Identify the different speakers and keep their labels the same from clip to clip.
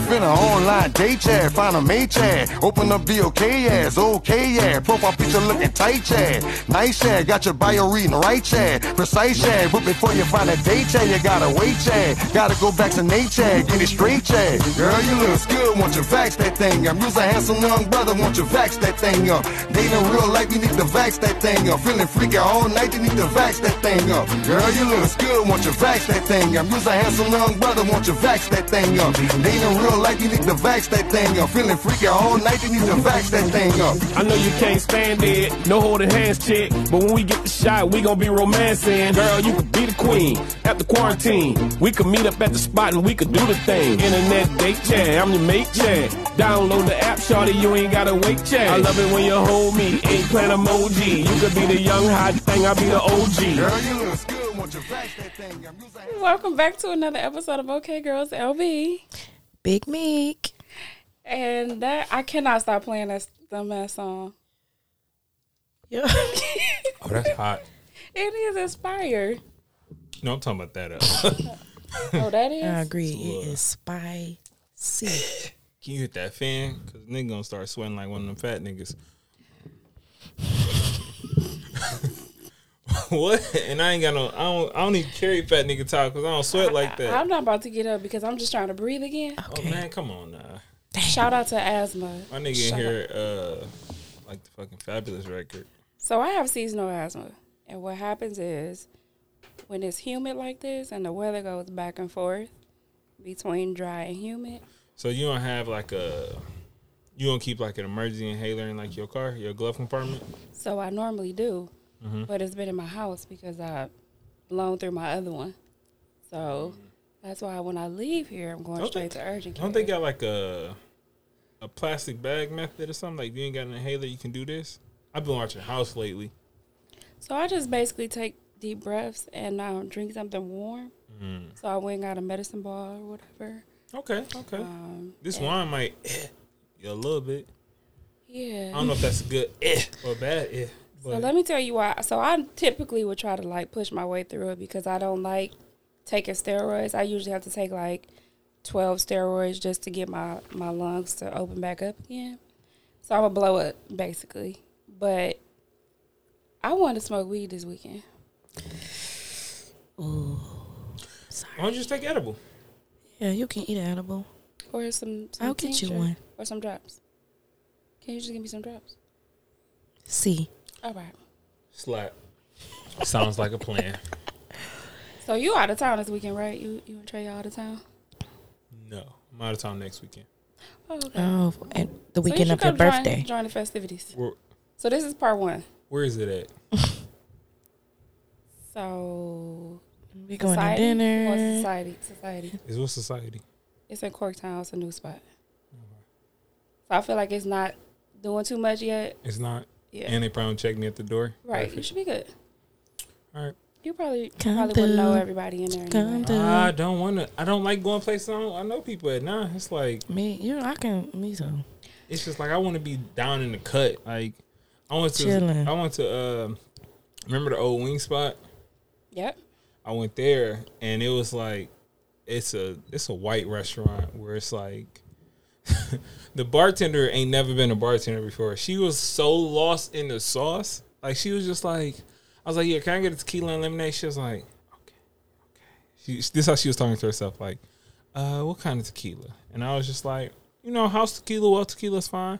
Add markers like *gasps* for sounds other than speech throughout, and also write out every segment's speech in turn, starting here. Speaker 1: finna online date chat, find a mate chat. Open up the okay ass, okay yeah. Profile picture looking tight chat, nice chat. Got your bio reading right chat, precise chat. But before you find a date chat, you gotta wait chat. Gotta go back to Nate chat, get it straight chat. Girl, you look good, want you vax that thing up. You's a handsome young brother, want you vax that thing up. Dating real life, you need to vax that thing up. Feeling freaky all night, you need to vax that thing up. Girl, you look good, want you vax that thing up. You's a handsome young brother, want you vax that thing up. Dating real life, you need to vax that thing up. Feeling freaky all night, you need to vax that thing up.
Speaker 2: I know you can't stand it, no holding hands chick. But when we get the shot, we gonna be romancing. Girl, you could be the queen after quarantine. We could meet up at the spot and we could do the thing. Internet date chat, I'm your mate chat. Download the app, shorty, you ain't gotta wait chat. I love it when you hold me, ain't playing emoji. You could be the young hot thing, I'll be the OG.
Speaker 1: Girl, you look good, want you vax that thing up. You's a
Speaker 3: Welcome back to another episode of OK Girls LB.
Speaker 4: Big Meek.
Speaker 3: And that I cannot stop playing that dumbass song.
Speaker 4: Yeah.
Speaker 5: Oh, that's hot.
Speaker 3: It is
Speaker 5: *laughs*
Speaker 3: inspired.
Speaker 5: No, I'm talking about that. uh, Up.
Speaker 3: Oh, that
Speaker 4: I
Speaker 3: is.
Speaker 4: agree. It is spicy.
Speaker 5: Can you hit that fan? Cause nigga gonna start sweating like one of them fat niggas. *laughs* what? And I ain't got no. I don't. I don't even carry fat nigga talk because I don't sweat like that.
Speaker 3: I'm not about to get up because I'm just trying to breathe again.
Speaker 5: oh man, come on now.
Speaker 3: Shout out to asthma.
Speaker 5: My nigga in here, uh, like the fucking fabulous record.
Speaker 3: So I have seasonal asthma, and what happens is when it's humid like this and the weather goes back and forth between dry and humid.
Speaker 5: So you don't have like a. You don't keep like an emergency inhaler in like your car, your glove compartment.
Speaker 3: So I normally do,
Speaker 5: Mm-hmm.
Speaker 3: but it's been in my house because I blown through my other one. So that's why when I leave here, I'm going
Speaker 5: Mm-hmm. Don't
Speaker 3: straight
Speaker 5: they-
Speaker 3: to urgent care.
Speaker 5: Don't they got like a a plastic bag method or something? Like you ain't got an inhaler, you can do this. I've been watching House lately.
Speaker 3: so I just basically take deep breaths and um, drink something warm.
Speaker 5: Mm.
Speaker 3: So I went and got a medicine ball or whatever.
Speaker 5: Okay, okay.
Speaker 3: Um,
Speaker 5: this wine might eh, you a little bit. I
Speaker 3: Yeah.
Speaker 5: don't know if that's a good eh, or bad eh.
Speaker 3: So
Speaker 5: But
Speaker 3: let me tell you why. So I typically would try to like push my way through it because I don't like taking steroids. I usually have to take like 12 steroids just to get my, my lungs to open back up again. So I'm going to blow up basically. But I want to smoke weed this weekend.
Speaker 5: why don't you just take edible?
Speaker 4: Yeah, you can eat an edible.
Speaker 3: Or some, some
Speaker 4: I'll get you
Speaker 3: tincture.
Speaker 4: one.
Speaker 3: Or some drops. Can you just give me some drops?
Speaker 4: See.
Speaker 3: All right.
Speaker 5: Slap. Sounds like a *laughs* plan.
Speaker 3: So you out of town this weekend, right? You you and Trey out of town?
Speaker 5: No, I'm out of town next weekend.
Speaker 3: Oh, okay.
Speaker 4: Oh, at the
Speaker 3: So you
Speaker 4: weekend
Speaker 3: should
Speaker 4: of your
Speaker 3: come join-
Speaker 4: birthday.
Speaker 3: Join the festivities.
Speaker 5: Where
Speaker 3: So this is part one.
Speaker 5: where is it at?
Speaker 3: So
Speaker 4: We're going to
Speaker 3: society? Well,
Speaker 4: dinner.
Speaker 3: society, society.
Speaker 5: Is what society?
Speaker 3: It's in Corktown. It's a new spot. So I feel like it's not doing too much yet.
Speaker 5: It's not.
Speaker 3: Yeah,
Speaker 5: And they probably check me at the door.
Speaker 3: right. You *laughs*
Speaker 5: Perfect.
Speaker 3: should be good.
Speaker 5: All right.
Speaker 3: You probably
Speaker 4: Come
Speaker 3: probably would know
Speaker 4: through.
Speaker 3: everybody in there. Anyway.
Speaker 4: Come
Speaker 5: I
Speaker 4: to
Speaker 5: don't want to. I don't like going places I, don't, I know people at. Nah, it's like
Speaker 4: me. You know, I can. Me too.
Speaker 5: it's just like I want to be down in the cut. Like I went to.
Speaker 4: Chilling.
Speaker 5: I went to. Uh, remember the old wing spot?
Speaker 3: Yep.
Speaker 4: *laughs*
Speaker 5: I went there and it was like it's a it's a white restaurant where it's like *laughs* the bartender ain't never been a bartender before. She was so lost in the sauce. Like she was just like I was like, Yeah, can I get a tequila and lemonade? She was like, Okay, okay. She this is how she was talking to herself, like, uh, what kind of tequila? And I was just like, you know, house tequila, well tequila's fine.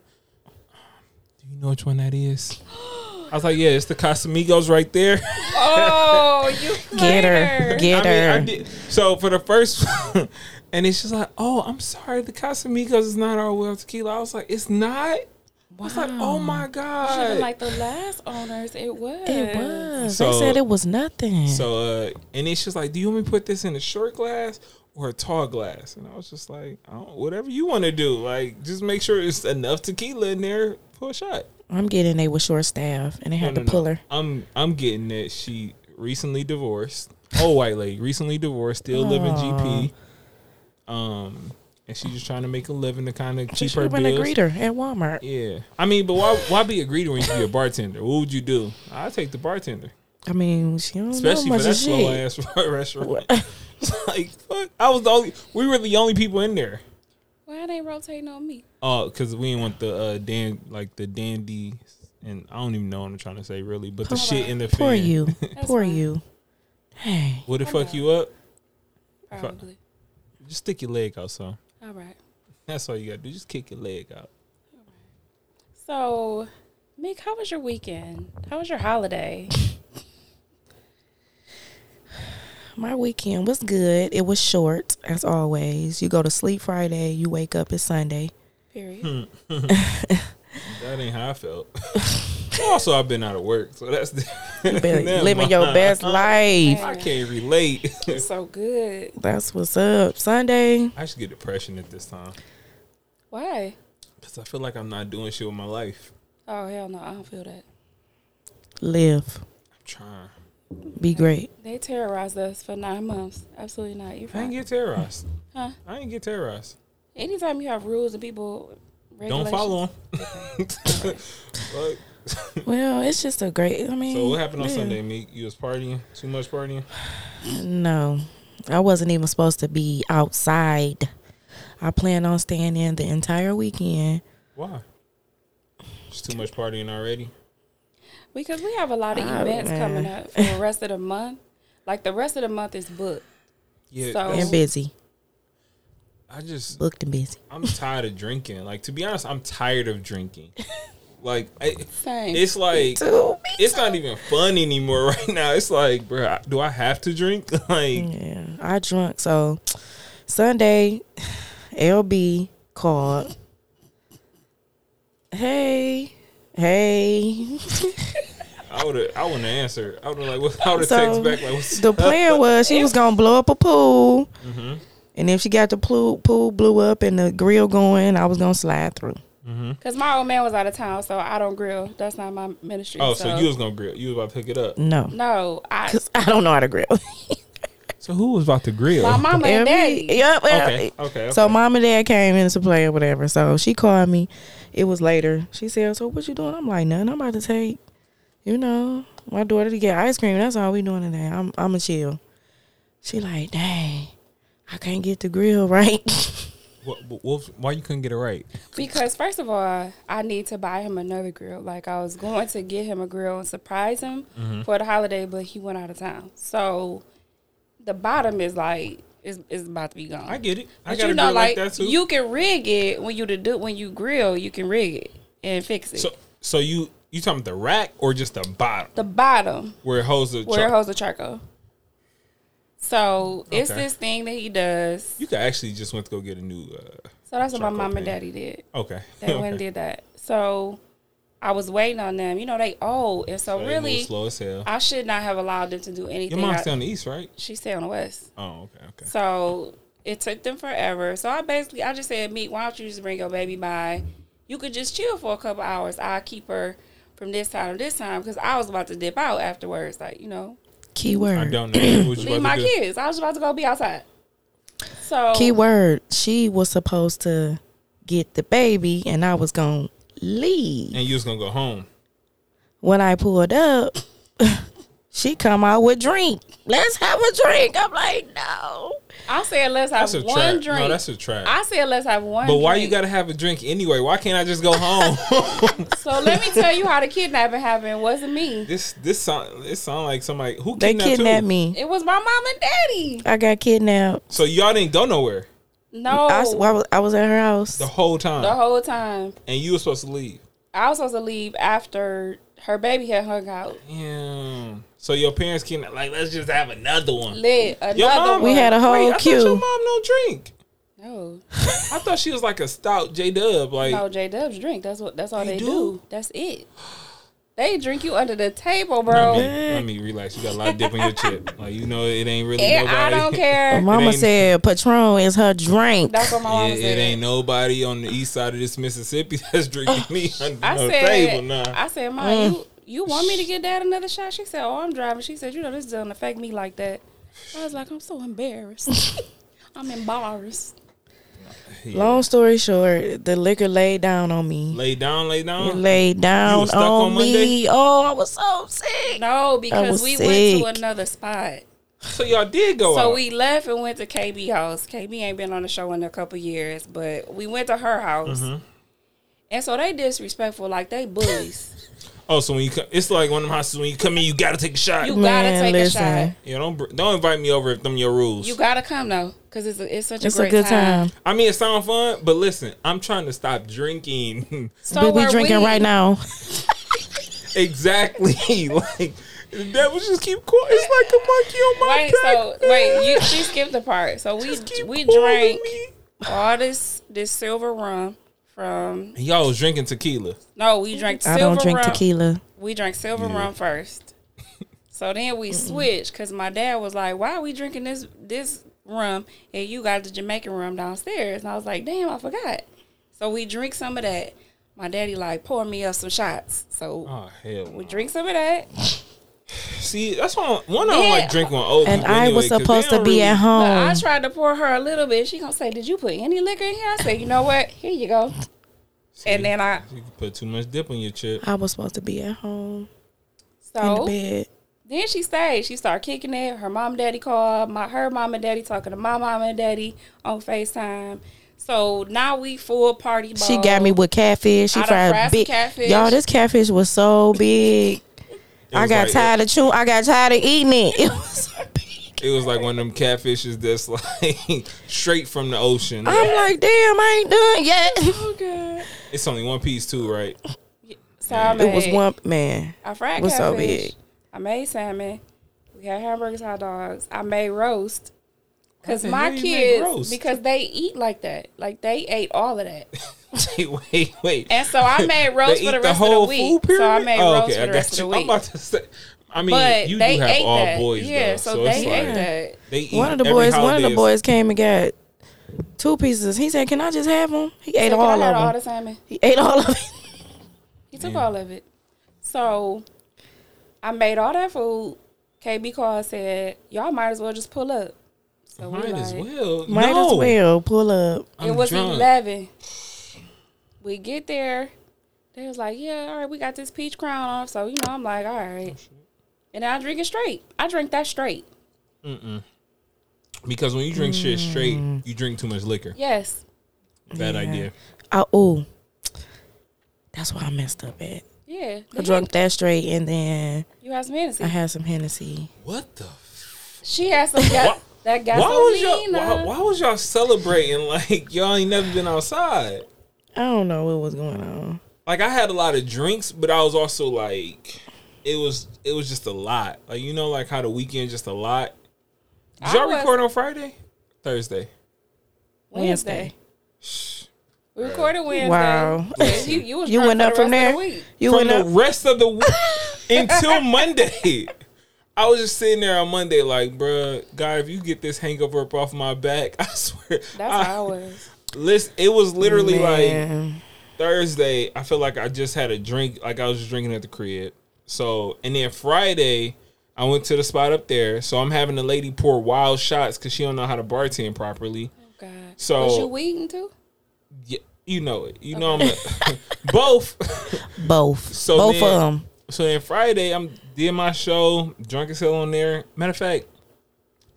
Speaker 5: Do you know which one that is? *gasps* I was like, yeah, it's the Casamigos right there. *laughs*
Speaker 3: Oh, you
Speaker 4: Get her. Get
Speaker 5: I mean,
Speaker 4: her.
Speaker 5: I did- So for the first, *laughs* and it's just like, oh, I'm sorry, the Casamigos is not our well tequila. I was like, it's not. I was like, oh my god.
Speaker 3: Like the last owners, it was.
Speaker 4: It was.
Speaker 5: So-
Speaker 4: they said it was nothing.
Speaker 5: so, uh, and it's just like, do you want me to put this in a short glass or a tall glass? And I was just like, I don't, whatever you want to do, like, just make sure it's enough tequila in there for a shot.
Speaker 4: I'm getting they with short staff, and they had
Speaker 5: No,
Speaker 4: to
Speaker 5: no,
Speaker 4: pull
Speaker 5: no.
Speaker 4: her.
Speaker 5: I'm I'm getting that she recently divorced. Old white lady, recently divorced, still living GP. Um, and she's just trying to make a living to kind of keep
Speaker 4: She
Speaker 5: her
Speaker 4: would been a
Speaker 5: bills.
Speaker 4: greeter at Walmart.
Speaker 5: Yeah, I mean, but why why be a greeter when you be a bartender? What would you do? I take the bartender,
Speaker 4: I mean, she don't
Speaker 5: especially
Speaker 4: know much
Speaker 5: for that
Speaker 4: of
Speaker 5: slow
Speaker 4: shit.
Speaker 5: ass *laughs* restaurant. It's like fuck, I was the only. We were the only people in there.
Speaker 3: Wow. ain't rotating on
Speaker 4: *laughs*
Speaker 3: me.
Speaker 5: Oh, because we didn't want the uh, dan like the dandy, and I don't even know what I'm trying to say really, but the shit in the
Speaker 4: Poor
Speaker 5: fan.
Speaker 4: you.
Speaker 3: That's
Speaker 4: Poor
Speaker 3: fine.
Speaker 4: you. Hey.
Speaker 5: Would it fuck you up?
Speaker 3: Probably.
Speaker 5: Just stick your leg out, son.
Speaker 3: All right.
Speaker 5: That's all you gotta do. Just kick your leg out.
Speaker 3: So, Mick, how was your weekend? How was your holiday?
Speaker 4: *laughs* My weekend was good. It was short, as always. You go to sleep Friday, you wake up it's
Speaker 5: *laughs*
Speaker 4: Sunday.
Speaker 3: Period.
Speaker 5: That ain't how I felt. *laughs* also, I've been out of work, so that's. *laughs*
Speaker 4: You better
Speaker 5: Never
Speaker 4: living your
Speaker 5: mind.
Speaker 4: best life.
Speaker 5: I can't relate. *laughs*
Speaker 3: It's so good.
Speaker 4: That's what's up. Sunday.
Speaker 5: I should get depression at this time
Speaker 3: Why?
Speaker 5: because I feel like I'm not doing shit with my life.
Speaker 3: Oh hell no, I don't feel that.
Speaker 4: Live.
Speaker 5: I'm trying.
Speaker 4: Be great.
Speaker 3: They terrorized us for nine months. Absolutely not. You're
Speaker 5: I
Speaker 3: fine.
Speaker 5: ain't get terrorized.
Speaker 3: Huh?
Speaker 5: I ain't get terrorized.
Speaker 3: Anytime you have rules and people
Speaker 5: Don't
Speaker 3: regulations,
Speaker 5: follow them. *laughs*
Speaker 4: Well, it's just a great I mean
Speaker 5: so what happened on
Speaker 4: yeah.
Speaker 5: Sunday, Meek? You was partying? Too much partying?
Speaker 4: No. I wasn't even supposed to be outside. I plan on staying in the entire weekend.
Speaker 5: Why? Just too much partying already.
Speaker 3: because we have a lot of
Speaker 4: Oh,
Speaker 3: events
Speaker 4: man.
Speaker 3: coming up for the rest of the month. Like the rest of the month is booked. So-
Speaker 5: Yeah, that's-
Speaker 4: And busy.
Speaker 5: I just
Speaker 4: Booked and busy.
Speaker 5: I'm tired of drinking. Like to be honest, I'm tired
Speaker 3: *laughs*
Speaker 5: of drinking. Like I,
Speaker 3: Same.
Speaker 5: it's like
Speaker 4: Too.
Speaker 5: it's not even fun anymore *laughs* right now. It's like, bro, do I have to drink? *laughs*
Speaker 3: Mm.
Speaker 5: Like,
Speaker 4: Yeah, I drunk. So Sunday, LB called. Hey, hey.
Speaker 5: I would I wouldn't answer. I would have like, what, I would have
Speaker 4: So-
Speaker 5: text back
Speaker 3: *laughs*
Speaker 5: like, what's
Speaker 4: The plan was she was gonna blow up a pool, and if she got the pool pool blew up and the grill going, I was gonna slide through.
Speaker 5: Mm-hmm.
Speaker 3: Because my old man was out of town, so I don't grill. That's not my ministry.
Speaker 5: Oh, so you was gonna grill? You was about to pick it
Speaker 3: Mm.
Speaker 5: up?
Speaker 4: No,
Speaker 3: no, I.
Speaker 4: *laughs* because I don't know how to grill.
Speaker 5: So who was about to grill?
Speaker 3: My mama and
Speaker 4: Every-
Speaker 3: daddy.
Speaker 4: Yep.
Speaker 5: Okay,
Speaker 4: yep.
Speaker 5: okay,
Speaker 4: So
Speaker 5: okay.
Speaker 4: mom and dad came in to play or whatever. So she called me. It was later. She said, "So what you doing?" I'm like, "Nothing. I'm about to take, you know, my daughter to get ice cream. That's all we doing today. I'm I'm a chill." She like, "Dang, I can't get the grill *laughs* right."
Speaker 5: What, what, what- why you couldn't get it right?
Speaker 3: Because first of all, I need to buy him another grill. Like I was going to get him a grill and surprise him
Speaker 5: Mm-hmm.
Speaker 3: for the holiday, but he went out of town. So the bottom is like is is about to be gone.
Speaker 5: I get it. I
Speaker 3: But
Speaker 5: got
Speaker 3: you
Speaker 5: a
Speaker 3: know,
Speaker 5: grill like,
Speaker 3: like,
Speaker 5: that too.
Speaker 3: you can rig it when you to do when you grill, you can rig it and fix it.
Speaker 5: so so you you talking about the rack or just the bottom
Speaker 3: the bottom
Speaker 5: where it holds the
Speaker 3: where it
Speaker 5: char-
Speaker 3: holds the charcoal. So it's
Speaker 5: Okay.
Speaker 3: this thing that he does.
Speaker 5: You could actually just went to go get a new. Uh,
Speaker 3: So that's what my
Speaker 5: Charcoal
Speaker 3: mom and
Speaker 5: pan.
Speaker 3: daddy did.
Speaker 5: okay. *laughs*
Speaker 3: They went and did that. So I was waiting on them. You know, they old. And so,
Speaker 5: They move
Speaker 3: really,
Speaker 5: slow as hell.
Speaker 3: I should not have allowed them to do anything.
Speaker 5: Your mom's
Speaker 3: I-
Speaker 5: still on the east, right?
Speaker 3: she stayed on the West.
Speaker 5: Oh, okay, okay.
Speaker 3: So it took them forever. So I basically, I just said, Meek, why don't you just bring your baby by? You could just chill for a couple hours. I'll keep her from this time to this time because I was about to dip out afterwards. Like, you know,
Speaker 5: I
Speaker 4: Keyword.
Speaker 5: don't know. What you
Speaker 3: leave
Speaker 5: about
Speaker 3: my
Speaker 5: to do.
Speaker 3: kids. I was about to go be outside. So,
Speaker 4: Keyword. She was supposed to get the baby, and I was gonna leave.
Speaker 5: And you was gonna go home.
Speaker 4: when I pulled up, *coughs* she come out with drink. Let's have a drink. I'm like, no.
Speaker 3: I said, let's have
Speaker 5: That's a
Speaker 3: one
Speaker 5: trap.
Speaker 3: drink.
Speaker 5: No, that's a trap.
Speaker 3: I said, let's have one
Speaker 5: but why you
Speaker 3: drink.
Speaker 5: gotta have a drink anyway? Why can't I just go
Speaker 3: *laughs*
Speaker 5: home?
Speaker 3: So let me tell you how the kidnapping happened. It wasn't me.
Speaker 5: this this sound it sound like somebody who
Speaker 4: They
Speaker 5: kidnapped,
Speaker 4: kidnapped
Speaker 5: who?
Speaker 4: me.
Speaker 3: It was my mom and daddy.
Speaker 4: I got kidnapped.
Speaker 5: So y'all didn't go nowhere
Speaker 3: No,
Speaker 4: I, s- I was, I was at her house.
Speaker 5: Oh. the whole time,
Speaker 3: the whole time.
Speaker 5: and you were supposed to leave.
Speaker 3: I was supposed to leave after her baby had hung out.
Speaker 5: Damn. So your parents kidnapped. Like let's just have another one.
Speaker 3: Lit another
Speaker 5: Your mom-
Speaker 3: one.
Speaker 4: We had a whole
Speaker 5: Wait, I thought your
Speaker 4: queue.
Speaker 5: mom don't drink.
Speaker 3: no,
Speaker 5: I thought she was like a stout J Dub. Like
Speaker 3: no J Dubs drink. That's what. That's all
Speaker 5: They
Speaker 3: they, do.
Speaker 5: do.
Speaker 3: That's it. They drink you under the table, bro.
Speaker 5: Let me relax. You got a lot of dip in your chip. Like you know, it ain't really
Speaker 3: And
Speaker 5: nobody.
Speaker 3: I don't
Speaker 4: Her *laughs*
Speaker 3: care.
Speaker 4: Mama
Speaker 5: ain't-
Speaker 4: said Patron is her drink.
Speaker 3: That's what my mom
Speaker 5: It,
Speaker 3: said.
Speaker 5: it ain't nobody on the east side of this Mississippi *laughs* that's drinking me under
Speaker 3: Oh, I
Speaker 5: no
Speaker 3: said.
Speaker 5: table now.
Speaker 3: I said, Mom,
Speaker 4: Mm.
Speaker 3: you you want me to get dad another shot? She said, Oh, I'm driving. She said, You know, this doesn't affect me like that. I was like, I'm so
Speaker 4: *laughs*
Speaker 3: embarrassed. I'm embarrassed.
Speaker 4: Long story short, the liquor laid down on me.
Speaker 5: Lay down, lay
Speaker 4: It
Speaker 5: down.
Speaker 4: laid
Speaker 5: You
Speaker 4: down
Speaker 5: was stuck
Speaker 4: on,
Speaker 5: on Monday?
Speaker 4: me. Oh, I was so sick.
Speaker 3: No, because
Speaker 4: was
Speaker 3: we
Speaker 4: sick.
Speaker 3: went to another spot.
Speaker 5: So y'all did go out.
Speaker 3: So we left and went to KB house. KB ain't been on the show in a couple years, but we went to her house.
Speaker 5: Mm-hmm.
Speaker 3: And so they disrespectful, like they
Speaker 4: *laughs*
Speaker 3: bullies.
Speaker 5: oh, so when you come, it's like one of them houses when you come in, you gotta take a shot.
Speaker 3: You
Speaker 5: You,
Speaker 4: Man,
Speaker 3: gotta take a
Speaker 4: listen.
Speaker 3: shot.
Speaker 5: don't br- don't invite me over if them your rules.
Speaker 3: You gotta come though, cause it's a, it's such a
Speaker 4: It's a
Speaker 3: great
Speaker 4: good time.
Speaker 5: I mean, it sounds fun, but listen, I'm trying to stop drinking. *laughs*
Speaker 3: So
Speaker 4: we
Speaker 3: are
Speaker 4: be drinking
Speaker 3: we.
Speaker 4: right now.
Speaker 5: exactly, *laughs* like the devil just keep quiet. It's like a monkey on my
Speaker 3: Wait,
Speaker 5: back.
Speaker 3: so wait, you she skipped the part. So we
Speaker 5: Keep
Speaker 3: we
Speaker 5: calling
Speaker 3: drank
Speaker 5: me.
Speaker 3: all this this silver rum from
Speaker 5: And Y'all was drinking tequila.
Speaker 3: no, we drank
Speaker 4: I
Speaker 3: silver
Speaker 4: don't drink
Speaker 3: rum.
Speaker 4: tequila.
Speaker 3: We drank silver rum first. So then we switched because my dad was like, "Why are we drinking this this rum and you got the Jamaican rum downstairs?" And I was like, "Damn, I forgot." So we drink some of that. My daddy like pour me up some shots. So
Speaker 5: Oh hell! no.
Speaker 3: we drink some of that.
Speaker 5: See, that's why I- one I don't
Speaker 3: Yeah.
Speaker 5: like drinking with old
Speaker 4: And
Speaker 5: people
Speaker 4: I was
Speaker 5: anyway, 'cause they
Speaker 4: supposed to
Speaker 5: don't
Speaker 4: be
Speaker 5: really-
Speaker 4: at
Speaker 3: But
Speaker 4: home.
Speaker 3: I tried to pour her a little bit. She gonna say, "Did you put any liquor in here?" I said, "You know what? Here you go." And then I
Speaker 5: You can put too much dip on your chip.
Speaker 4: I was supposed to be at home in
Speaker 3: so
Speaker 4: the bed.
Speaker 3: then she stayed. She started kicking it. Her mom, and daddy called my her mom and daddy talking to my mom and daddy on Facetime. So now we full party. Mode.
Speaker 4: She got me with catfish. She
Speaker 3: I done fried
Speaker 4: fried
Speaker 3: some
Speaker 4: big.
Speaker 3: catfish.
Speaker 4: Y'all, this catfish was so big.
Speaker 5: It
Speaker 4: I
Speaker 5: was
Speaker 4: got
Speaker 5: like-
Speaker 4: tired of chewing. I got tired of eating it. *laughs* It was so big.
Speaker 5: It was like one of them catfishes that's *laughs* like straight from the ocean.
Speaker 4: I'm like, damn, I ain't done
Speaker 3: *laughs*
Speaker 4: yet.
Speaker 3: Okay.
Speaker 5: It's only one piece too, right? *laughs*
Speaker 3: So I made,
Speaker 4: It was one man.
Speaker 3: I fried
Speaker 4: was
Speaker 3: catfish.
Speaker 4: so big.
Speaker 3: I made salmon. We had hamburgers, hot dogs. I made roast. Cause
Speaker 5: the
Speaker 3: my
Speaker 5: hell you make
Speaker 3: kids,
Speaker 5: roast?
Speaker 3: because they eat like that, like they ate all of that.
Speaker 5: wait, wait, wait.
Speaker 3: And so I made roast
Speaker 5: They
Speaker 3: for the
Speaker 5: eat
Speaker 3: rest
Speaker 5: whole
Speaker 3: of the week.
Speaker 5: food pyramid?
Speaker 3: So I made
Speaker 5: Oh,
Speaker 3: roast
Speaker 5: okay,
Speaker 3: for the
Speaker 5: I got
Speaker 3: rest of the
Speaker 5: you.
Speaker 3: week.
Speaker 5: I'm about to say. I mean,
Speaker 3: but
Speaker 5: you do
Speaker 3: they
Speaker 5: have
Speaker 3: ate
Speaker 5: all
Speaker 3: that.
Speaker 5: boys,
Speaker 3: yeah,
Speaker 5: though,
Speaker 3: so,
Speaker 5: so
Speaker 3: they
Speaker 5: it's
Speaker 3: ate
Speaker 5: like,
Speaker 3: that.
Speaker 5: They eat
Speaker 4: One of the
Speaker 5: every
Speaker 4: boys, one of the
Speaker 5: holidays.
Speaker 4: boys came and got two pieces. He said, "Can I just have them?" He ate
Speaker 3: Took
Speaker 4: all
Speaker 3: all,
Speaker 4: of
Speaker 3: had all
Speaker 4: them.
Speaker 3: the salmon.
Speaker 4: He ate all of it.
Speaker 3: He took all of it. So I made all that food. KB called said, "Y'all might as well just pull up." So we
Speaker 5: Might
Speaker 3: like,
Speaker 5: as well.
Speaker 4: *laughs* Might
Speaker 5: no.
Speaker 4: as well pull up.
Speaker 5: I'm
Speaker 3: it was
Speaker 5: drunk.
Speaker 3: eleven. We get there. They was like, "Yeah, all right, we got this peach crown off." So you know, I'm like, "All right,"
Speaker 5: Oh,
Speaker 3: and I drink it straight. I drink that straight.
Speaker 5: Because when you drink shit straight,
Speaker 4: Mm.
Speaker 5: you drink too much liquor.
Speaker 3: Yes,
Speaker 5: Bad idea.
Speaker 4: I, oh, that's why I messed up at.
Speaker 3: yeah.
Speaker 4: I drunk that straight, and then
Speaker 3: You have some Hennessy.
Speaker 4: I had some Hennessy.
Speaker 5: What the? F-
Speaker 3: She has some ga- that
Speaker 5: why was
Speaker 3: gasoline.
Speaker 5: y'all? Why, why was y'all celebrating like y'all ain't never been outside?
Speaker 4: I don't know what was going on.
Speaker 5: Like I had a lot of drinks, but I was also like, it was it was just a lot. Like you know, like how the weekend just a lot. Did
Speaker 3: I
Speaker 5: y'all
Speaker 3: was-
Speaker 5: record on Friday, Thursday?
Speaker 3: Wednesday. We recorded Wednesday.
Speaker 4: Wow. *laughs*
Speaker 3: Yeah, you you, was
Speaker 4: You
Speaker 3: drunk
Speaker 4: went
Speaker 3: for
Speaker 4: up
Speaker 3: the
Speaker 4: from
Speaker 3: rest
Speaker 4: there.
Speaker 3: of the week.
Speaker 4: you
Speaker 5: From
Speaker 4: went
Speaker 5: the
Speaker 4: up.
Speaker 5: rest of the week until Monday. I was just sitting there on Monday, like, bruh, God, if you get this hangover up off my back, *laughs* I swear.
Speaker 3: That's
Speaker 4: Ah.
Speaker 5: I-
Speaker 3: how I was.
Speaker 5: Listen, it was literally like
Speaker 4: Man.
Speaker 5: Thursday. I feel like I just had a drink, like I was just drinking at the crib. So, and then Friday, I went to the spot up there. So I'm having the lady pour wild shots because she don't know how to bartend properly.
Speaker 3: Oh, God.
Speaker 5: So-
Speaker 3: was you weeding too?
Speaker 5: Yeah, you know it. You know I'm a, *laughs* both.
Speaker 4: both,
Speaker 5: So
Speaker 4: both
Speaker 5: then-
Speaker 4: of them.
Speaker 5: So then Friday, I'm did my show, drunk as hell on there. Matter of fact,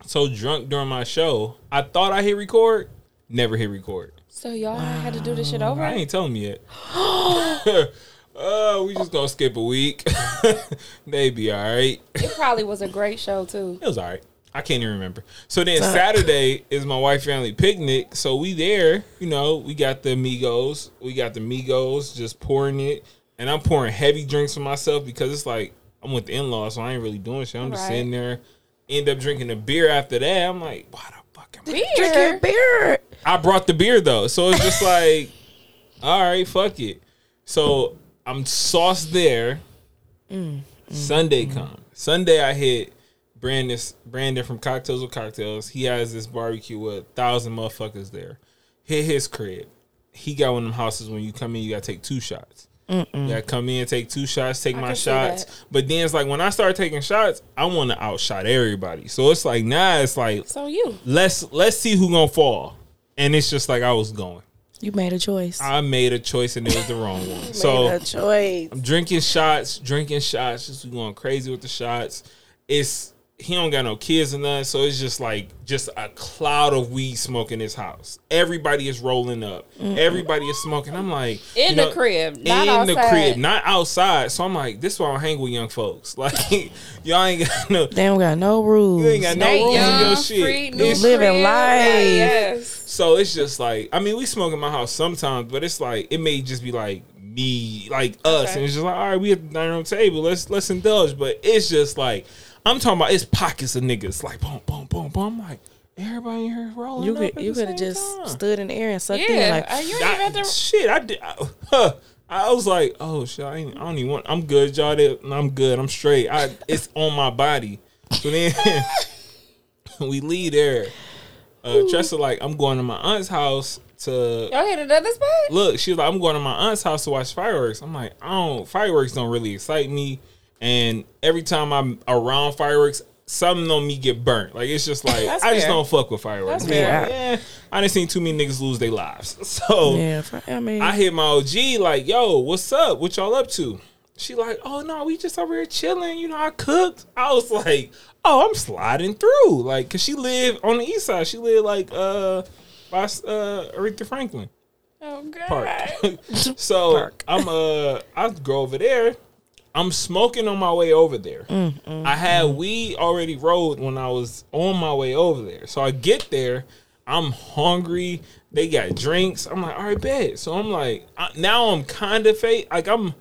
Speaker 5: so drunk during my show, I thought I hit record, never hit record.
Speaker 3: So y'all had to do this shit over.
Speaker 5: I ain't telling you yet. *laughs* uh, we just gonna skip a week. *laughs* they be all right.
Speaker 3: It probably was a great show too.
Speaker 5: It was all right. I can't even remember. So then Saturday is my wife family picnic. So we there, you know, we got the amigos. We got the amigos just pouring it. And I'm pouring heavy drinks for myself because it's like I'm with the in-laws, so I ain't really doing shit. I'm just
Speaker 3: Right.
Speaker 5: sitting there. End up drinking a beer after that. I'm like, why the fuck am I?
Speaker 3: Beer.
Speaker 4: beer.
Speaker 5: I brought the beer though. So it's just like, *laughs* all right, fuck it. So I'm sauce there. Sunday
Speaker 3: Mm-hmm.
Speaker 5: come. Sunday I hit Brandon Brandon from Cocktails with Cocktails. He has this barbecue with a thousand motherfuckers there. Hit his crib. He got one of them houses when you come in, you gotta take two shots. You gotta come in, take two shots, take my
Speaker 3: can see
Speaker 5: shots.
Speaker 3: that.
Speaker 5: But then it's like when I start taking shots, I wanna outshot everybody. So it's like now it's like
Speaker 3: So you.
Speaker 5: let's let's see who gonna fall. And it's just like I was going.
Speaker 4: You made a choice.
Speaker 5: I made a choice and it was
Speaker 3: *laughs*
Speaker 5: the wrong one.
Speaker 4: a
Speaker 5: So
Speaker 4: choice.
Speaker 5: drinking shots, drinking shots, just going crazy with the shots. It's he don't got no kids or nothing, so it's just like just a cloud of weed smoke in his house. Everybody is rolling up. Everybody is smoking. I'm like
Speaker 3: Mm-hmm. In
Speaker 5: you
Speaker 3: the crib, not
Speaker 5: in the
Speaker 3: outside.
Speaker 5: crib, not outside. So I'm like, this why I don't hang with young folks. *laughs* Like y'all ain't got no.
Speaker 4: They don't got no rules.
Speaker 5: You ain't got no
Speaker 3: They
Speaker 5: rules in your
Speaker 3: young,
Speaker 5: shit.
Speaker 3: free, new
Speaker 5: It's-
Speaker 4: Living
Speaker 3: crib.
Speaker 4: life.
Speaker 3: Yes.
Speaker 5: so it's just like I mean, we smoke in my house sometimes, but it's like it may just be like me, like us,
Speaker 3: Okay.
Speaker 5: and it's just like all right, we at the dining room table, let's let's indulge. But it's just like I'm talking about it's pockets of niggas, like boom, boom, boom, boom. I'm like everybody in here is rolling.
Speaker 4: You
Speaker 5: up
Speaker 4: could
Speaker 5: at
Speaker 4: you
Speaker 5: the
Speaker 4: could have
Speaker 5: same
Speaker 4: just
Speaker 5: time.
Speaker 4: stood in the air and sucked in
Speaker 3: Yeah.
Speaker 4: like
Speaker 3: Are you ain't
Speaker 5: I-
Speaker 3: even at the
Speaker 5: shit. I did. I, huh, I was like, oh shit, I, ain't, I don't even want. I'm good, y'all. Did, I'm good. I'm straight. I it's on my body. So then *laughs* we leave there. Uh, Tressa like, I'm going to my aunt's house to
Speaker 3: Y'all hit another spot?
Speaker 5: look, she was like, I'm going to my aunt's house to watch fireworks. I'm like, I don't, fireworks don't really excite me. And every time I'm around fireworks, something on me get burnt. Like, it's just like, I
Speaker 3: That's
Speaker 5: just
Speaker 3: fair.
Speaker 5: don't fuck with
Speaker 3: That's
Speaker 5: fireworks. I'm like,
Speaker 4: fair.
Speaker 5: "Yeah, I done seen too many niggas lose their lives. *laughs* So
Speaker 4: yeah. fuck- I mean,
Speaker 5: I hit my OG, like, yo, what's up? What y'all up to? She like, oh no, we just over here chilling. You know, I cooked. I was like, oh, I'm sliding through. Like, cause she live on the east side. She live like uh by uh Aretha Franklin
Speaker 3: Oh god.
Speaker 5: park. *laughs* so I'm uh I go over there. I'm smoking on my way over there. I had weed already rolled when I was on my way over there. So I get there, I'm hungry. They got drinks. I'm like, all right, bet. So I'm like, I, now I'm kind of fake. Like I'm,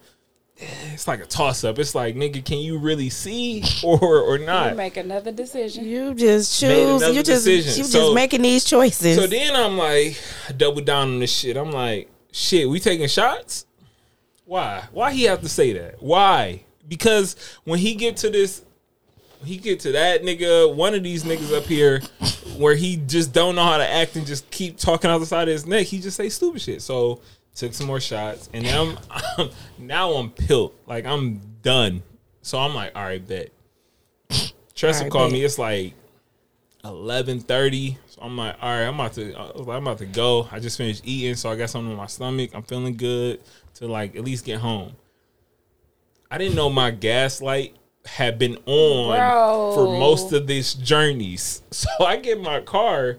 Speaker 5: it's like a toss up. It's like, nigga, can you really see *laughs* or or
Speaker 3: You
Speaker 5: not?
Speaker 3: make another decision.
Speaker 4: you just
Speaker 5: Made
Speaker 4: choose.
Speaker 5: another
Speaker 4: You just
Speaker 5: decision.
Speaker 4: you
Speaker 5: So-
Speaker 4: just making these choices.
Speaker 5: So then I'm like, double down on this shit. I'm like, shit, we taking shots? Why? Why he have to say that? Why? Because when he get to this, he get to that nigga, one of these niggas up here, where he just don't know how to act and just keep talking out the side of his neck. He just say stupid shit. So took some more shots, and now I'm, *laughs* now I'm pilled. Like I'm done. So I'm like, all right, bet. Tressa
Speaker 4: All right,
Speaker 5: called
Speaker 4: bet.
Speaker 5: me. It's like eleven thirty. So I'm like, all right, I'm about to, I was like, I'm about to go. I just finished eating, so I got something in my stomach. I'm feeling good to like at least get home. I didn't know my gas light had been on
Speaker 3: Bro.
Speaker 5: for most of these journeys. *laughs* So I get in my car.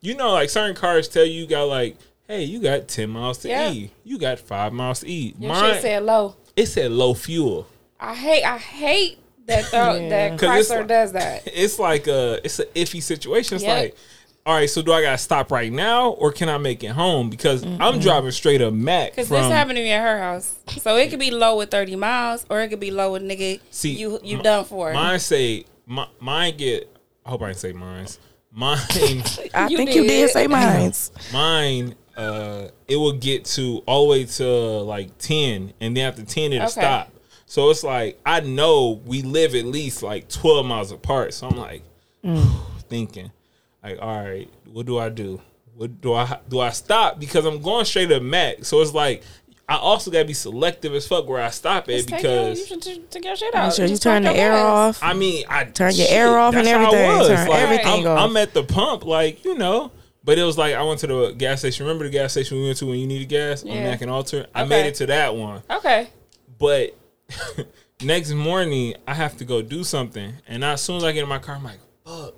Speaker 5: You know, like certain cars tell you, you got like, hey, you got ten miles to
Speaker 3: Yeah.
Speaker 5: E. You got five miles to E.
Speaker 3: Your
Speaker 5: Mine,
Speaker 3: shit said low.
Speaker 5: it said low fuel.
Speaker 3: I hate I hate that
Speaker 4: *laughs*
Speaker 3: throw, that
Speaker 5: 'Cause it's
Speaker 3: Chrysler
Speaker 5: like-
Speaker 3: does that.
Speaker 5: it's like a it's an iffy situation. It's
Speaker 3: Yep.
Speaker 5: like, all right, so do I gotta stop right now or can I make it home? Because I'm driving straight up Mac.
Speaker 3: Mm-hmm. Cause
Speaker 5: from-
Speaker 3: this happened to me at her house, so it could be low with thirty miles, or it could be low with nigga.
Speaker 5: See,
Speaker 3: you you
Speaker 5: m-
Speaker 3: done for.
Speaker 5: Mine say my, mine get. I hope I didn't say mine's. Mine,
Speaker 3: *laughs*
Speaker 4: I
Speaker 3: you
Speaker 4: think you did
Speaker 3: did.
Speaker 4: say mines.
Speaker 5: mine. Uh, it will get to all the way to like ten, and then after ten, it'll
Speaker 3: Okay.
Speaker 5: stop. So it's like I know we live at least like twelve miles apart. So I'm like,
Speaker 3: Mm.
Speaker 5: *sighs* thinking, like, all right, what do I do? What do I do? I stop because I'm going straight to Mac. So it's like I also gotta be selective as fuck where I stop at
Speaker 3: Just take your- you
Speaker 5: because
Speaker 3: should t- take your shit
Speaker 4: I'm
Speaker 3: out.
Speaker 4: sure you
Speaker 3: Just park
Speaker 4: turn the
Speaker 3: your
Speaker 4: air
Speaker 3: ass.
Speaker 4: off.
Speaker 5: I mean, I
Speaker 4: Turn your air off and
Speaker 5: that's how I
Speaker 4: everything.
Speaker 5: was.
Speaker 4: Turn everything
Speaker 5: I'm,
Speaker 4: off.
Speaker 5: I'm at the pump, like you know. But it was like I went to the gas station. Remember the gas station we went to when you needed gas on
Speaker 3: Yeah.
Speaker 5: Mac and Alter? I
Speaker 3: Okay.
Speaker 5: made it to that one,
Speaker 3: Okay,
Speaker 5: but *laughs* next morning I have to go do something, and I, as soon as I get in my car, I'm like, "Fuck!"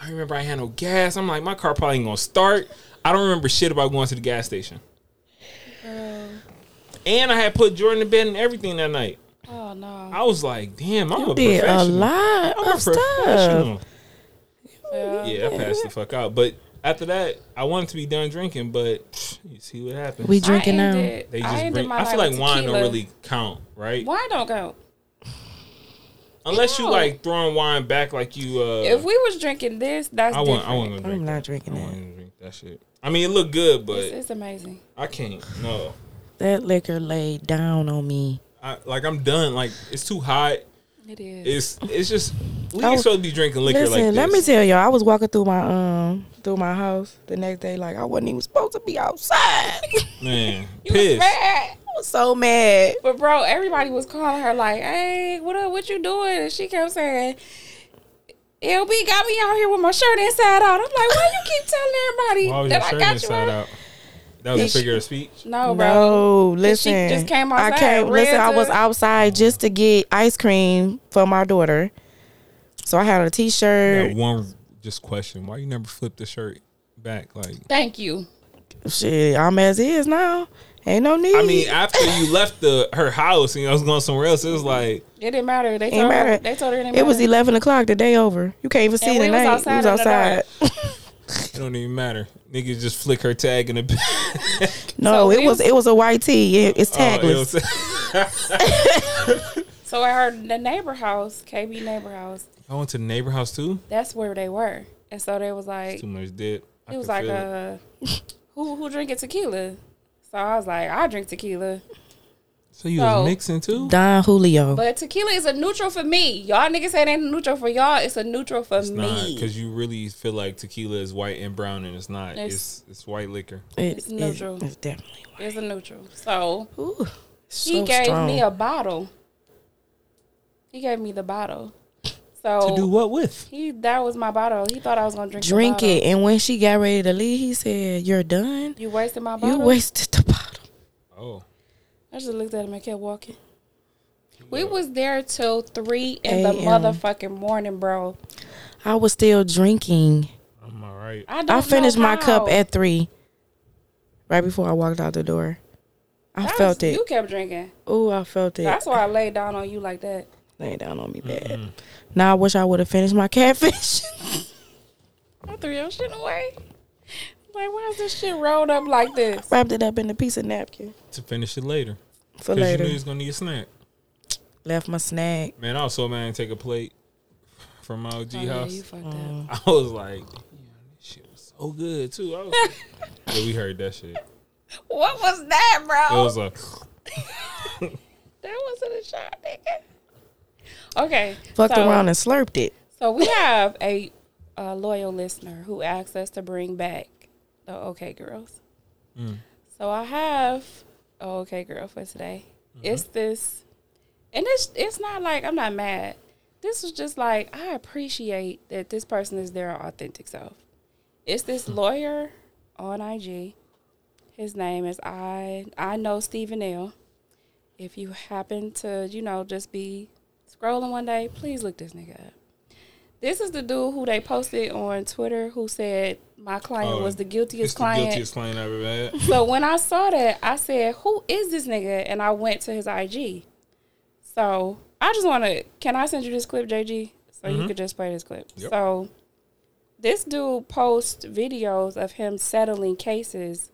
Speaker 5: I remember I had no gas. I'm like, my car probably ain't gonna start. I don't remember shit about going to the gas station. And I had put Jordan to bed and everything that night.
Speaker 3: oh no,
Speaker 5: I was like, "Damn, I'm a
Speaker 4: Did a
Speaker 5: professional."
Speaker 4: lot
Speaker 5: I'm a
Speaker 4: of stuff.
Speaker 5: professional. Yeah, I passed the fuck out. But after that, I wanted to be done drinking, but pff, you see what happened.
Speaker 4: We drinking
Speaker 3: I
Speaker 4: now.
Speaker 3: ended,
Speaker 5: they
Speaker 3: I
Speaker 5: just
Speaker 3: ended
Speaker 5: bring.
Speaker 3: my
Speaker 5: I feel
Speaker 3: night
Speaker 5: like
Speaker 3: with
Speaker 5: wine
Speaker 3: tequila.
Speaker 5: don't really count, right?
Speaker 3: Wine don't go.
Speaker 5: Unless you
Speaker 3: No.
Speaker 5: like throwing wine back, like you. uh
Speaker 3: If we was drinking this, that's
Speaker 5: I
Speaker 3: different.
Speaker 5: want. I want to drink.
Speaker 4: I'm not
Speaker 5: that.
Speaker 4: drinking
Speaker 5: I
Speaker 4: that.
Speaker 5: want to drink that shit. I mean, it looked good,
Speaker 3: It's,
Speaker 5: but
Speaker 3: it's amazing.
Speaker 5: I can't. No,
Speaker 4: That liquor laid down on me.
Speaker 5: I, like I'm done. Like it's too hot.
Speaker 3: It is.
Speaker 5: It's it's just we
Speaker 4: I
Speaker 5: ain't
Speaker 4: was-
Speaker 5: supposed to be drinking liquor
Speaker 4: Oh, Listen,
Speaker 5: like this.
Speaker 4: let me tell y'all. I was walking through my um through my house the next day, like I wasn't even supposed to be outside. *laughs*
Speaker 5: Man,
Speaker 3: You was
Speaker 5: piss.
Speaker 3: mad.
Speaker 4: I was so mad.
Speaker 3: But bro, everybody was calling her like, "Hey, what up? What you doing?" And she kept saying, "LB got me out here with my shirt inside out." I'm like, "Why you keep telling
Speaker 5: Why was
Speaker 3: everybody
Speaker 5: your
Speaker 3: that I
Speaker 5: shirt
Speaker 3: got you out?"
Speaker 5: inside out? That was a
Speaker 4: Bitch.
Speaker 5: figure of speech.
Speaker 3: No, Oh, bro.
Speaker 4: No,
Speaker 3: Cause she
Speaker 4: listen.
Speaker 3: just came
Speaker 4: I
Speaker 3: outside,
Speaker 4: came.
Speaker 3: ran
Speaker 4: Listen, I was
Speaker 3: to-
Speaker 4: outside just to get ice cream for my daughter. So I had a T-shirt.
Speaker 5: That one just question: Why you never flip the shirt back? Like,
Speaker 3: Thank you.
Speaker 4: Shit, I'm as is now. Ain't no need.
Speaker 5: I mean, after you left the her house and I was going somewhere else, it was like
Speaker 3: It didn't matter. They
Speaker 4: Ain't
Speaker 3: told her.
Speaker 4: matter.
Speaker 3: They told her it didn't
Speaker 4: it was
Speaker 3: matter.
Speaker 4: eleven o'clock. The day over. You can't even see
Speaker 3: we was
Speaker 4: the night.
Speaker 3: outside
Speaker 4: we was
Speaker 3: in the *laughs*
Speaker 4: outside.
Speaker 5: it don't even matter. Niggas just flick her tag in the back.
Speaker 4: no,
Speaker 3: So
Speaker 4: it
Speaker 3: we
Speaker 4: was
Speaker 3: was-
Speaker 4: it was a white tee. It, it's
Speaker 5: Oh, it
Speaker 4: tagless.
Speaker 5: was-
Speaker 3: So at her the neighbor house, KB neighbor house,
Speaker 5: I went to the neighbor house too.
Speaker 3: that's where they were. And so they was like,
Speaker 5: Too much dip. I
Speaker 3: He was like,
Speaker 5: could feel it.
Speaker 3: uh, who who drinking tequila? So I was like, I drink tequila,
Speaker 5: so you
Speaker 3: so-
Speaker 5: was mixing too.
Speaker 4: Don Julio.
Speaker 3: but tequila is a neutral for me. Y'all niggas say it ain't a neutral for y'all. It's a neutral for
Speaker 5: It's not
Speaker 3: me.
Speaker 5: because you really feel like tequila is white and brown, and it's not. It's
Speaker 3: It's-
Speaker 5: it's, white liquor.
Speaker 4: It-
Speaker 3: it's
Speaker 4: it-
Speaker 3: neutral.
Speaker 4: it's definitely. white.
Speaker 3: it's a neutral. So
Speaker 4: Ooh,
Speaker 3: he
Speaker 4: so
Speaker 3: gave
Speaker 4: strong.
Speaker 3: me a bottle. He gave me the bottle. So
Speaker 5: what with?
Speaker 3: he that was my bottle. He thought I was gonna drink. the
Speaker 4: drink
Speaker 3: bottle.
Speaker 4: it. And when she got ready to leave, he said, "You're done.
Speaker 3: You wasted my
Speaker 4: You
Speaker 3: bottle.
Speaker 4: wasted the bottle."
Speaker 5: Oh,
Speaker 3: I just looked at him and kept walking. We was there till three in the
Speaker 4: AM.
Speaker 3: motherfucking morning, bro.
Speaker 4: I was still drinking.
Speaker 5: I'm all right.
Speaker 3: I don't
Speaker 4: I finished
Speaker 3: know
Speaker 4: my cup
Speaker 3: how.
Speaker 4: at three, right before I walked out the door. I
Speaker 3: That
Speaker 4: felt
Speaker 3: was-
Speaker 4: it.
Speaker 3: You kept drinking.
Speaker 4: Ooh, I felt it.
Speaker 3: That's why I laid down on you like that.
Speaker 4: Laying down on me bad.
Speaker 5: Mm-hmm.
Speaker 4: Now I wish I would have finished my *laughs* catfish.
Speaker 3: I threw your shit away. Like, why is this shit rolled up like this?
Speaker 4: Wrapped it up in a piece of napkin
Speaker 5: To finish it later,
Speaker 4: for
Speaker 5: because you
Speaker 4: later.
Speaker 5: knew you was gonna need a snack.
Speaker 4: Left my snack.
Speaker 5: Man, I was so mad I didn't take a plate from my OG house.
Speaker 3: Oh, fucked up.
Speaker 5: *laughs* I was like, yeah, this shit was so good too. I was
Speaker 3: *laughs*
Speaker 5: yeah, we heard that shit. It
Speaker 3: What was that, bro?
Speaker 5: was like,
Speaker 3: that wasn't a shot, nigga. Okay.
Speaker 4: Fucked
Speaker 3: so,
Speaker 4: around and slurped it.
Speaker 3: So we have a, uh loyal listener who asked us to bring back the OK Girls. So I have a OK Girl for today. It's this, and it's it's not like I'm not mad. This was just like I appreciate that this person is their authentic self. It's this lawyer on IG. His name is I I know Stephen L. If you happen to you know just be scrolling one day, please look this nigga up. This is the dude who they posted on Twitter who said my client
Speaker 5: Oh,
Speaker 3: was the
Speaker 5: it's
Speaker 3: guiltiest
Speaker 5: the
Speaker 3: client.
Speaker 5: guiltiest client I ever had.
Speaker 3: So when I saw that, I said, "Who is this nigga?" And I went to his IG. So I just want to. Can I send you this clip, JG? So you could just play this clip.
Speaker 5: Mm-hmm. Yep.
Speaker 3: So this dude posts videos of him settling cases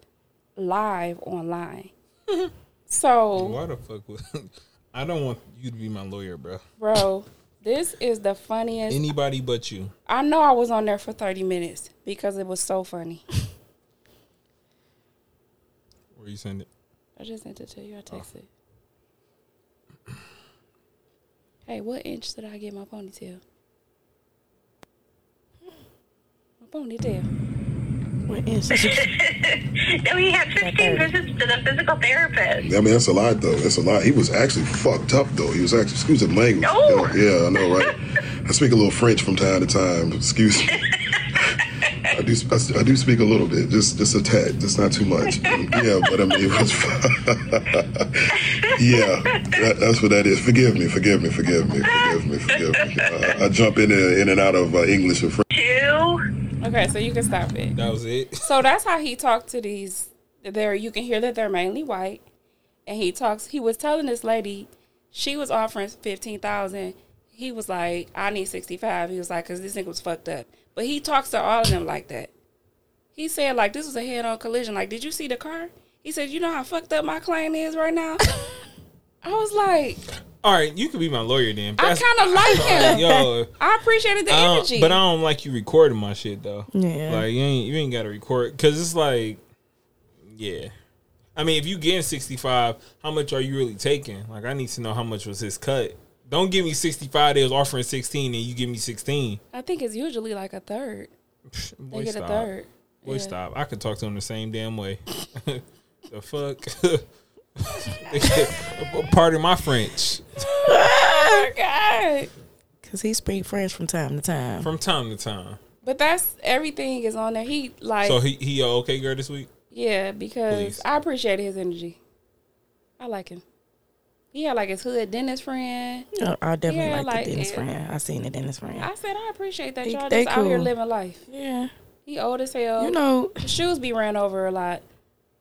Speaker 3: live
Speaker 5: *laughs*
Speaker 3: online. so,
Speaker 5: Why the fuck was? *laughs* I don't want you to be my lawyer, bro.
Speaker 3: bro, this is the funniest.
Speaker 5: Anybody but you.
Speaker 3: I know I was on there for thirty minutes because it was so funny.
Speaker 5: Where you send it?
Speaker 3: I just sent it to you. I texted. Hey, what inch did I get my ponytail? My ponytail.
Speaker 4: What is it? *laughs*
Speaker 6: *laughs* we had 15 visits to the physical therapist.
Speaker 7: I mean, that's a lot, though. That's a lot. He was actually fucked up, though. He was actually, excuse the language.
Speaker 6: No.
Speaker 7: Yeah, yeah, I know, right? I speak a little French from time to time. Excuse me. I do, sp- I, s- I do speak a little bit, just just a tad, just not too much. yeah, but I mean, it was. *laughs* yeah, that, that's what that is. Forgive me, forgive me, forgive me, forgive me, forgive me. Uh, I jump in and, in and out of uh, English and French.
Speaker 6: Two.
Speaker 3: Okay, so you can stop it.
Speaker 5: That was it. *laughs*
Speaker 3: So that's how he talked to these. There, you can hear that they're mainly white, and he talks. He was telling this lady, she was offering fifteen thousand. He was like, "I need sixty five. He was like, "Cause this nigga was fucked up." But he talks to all of them like that. He said, "Like this was a head on collision. Like, did you see the car?" He said, "You know how fucked up my client is right now." I was like,
Speaker 5: All right, you could be my lawyer then.
Speaker 3: I
Speaker 5: That's-
Speaker 3: kind of
Speaker 5: *laughs*
Speaker 3: like him.
Speaker 5: yo.
Speaker 3: I appreciated the
Speaker 5: I don't-
Speaker 3: energy.
Speaker 5: But I don't like you recording my shit though.
Speaker 4: Yeah.
Speaker 5: Like you ain't you ain't got to record because it's like, yeah. I mean, if you getting sixty five, how much are you really taking? Like, I need to know how much was his cut. Don't give me sixty five. They was offering sixteen, and you give me sixteen.
Speaker 3: I think it's usually like a third.
Speaker 5: Psh,
Speaker 3: They
Speaker 5: Boy,
Speaker 3: get
Speaker 5: stop.
Speaker 3: a third.
Speaker 5: Boy,
Speaker 3: Yeah.
Speaker 5: stop. I could talk to him the same damn way. *laughs* the fuck. *laughs* Pardon my French.
Speaker 3: Oh my god.
Speaker 4: Cause he speak French from time to time.
Speaker 5: From time to time.
Speaker 3: But that's everything is on there. He like
Speaker 5: So he he a okay girl this week.
Speaker 3: yeah because
Speaker 5: Please.
Speaker 3: I appreciated his energy. I like him. Yeah, like his hood Dennis friend.
Speaker 4: No, I definitely
Speaker 3: Yeah,
Speaker 4: like,
Speaker 3: like,
Speaker 4: the dentist
Speaker 3: yeah.
Speaker 4: friend. I seen the dentist friend.
Speaker 3: I said I appreciate that.
Speaker 4: They-
Speaker 3: Y'all
Speaker 4: they
Speaker 3: just out here
Speaker 4: cool.
Speaker 3: living life.
Speaker 4: yeah,
Speaker 3: He old as hell.
Speaker 4: you know,
Speaker 3: His shoes be ran over a lot,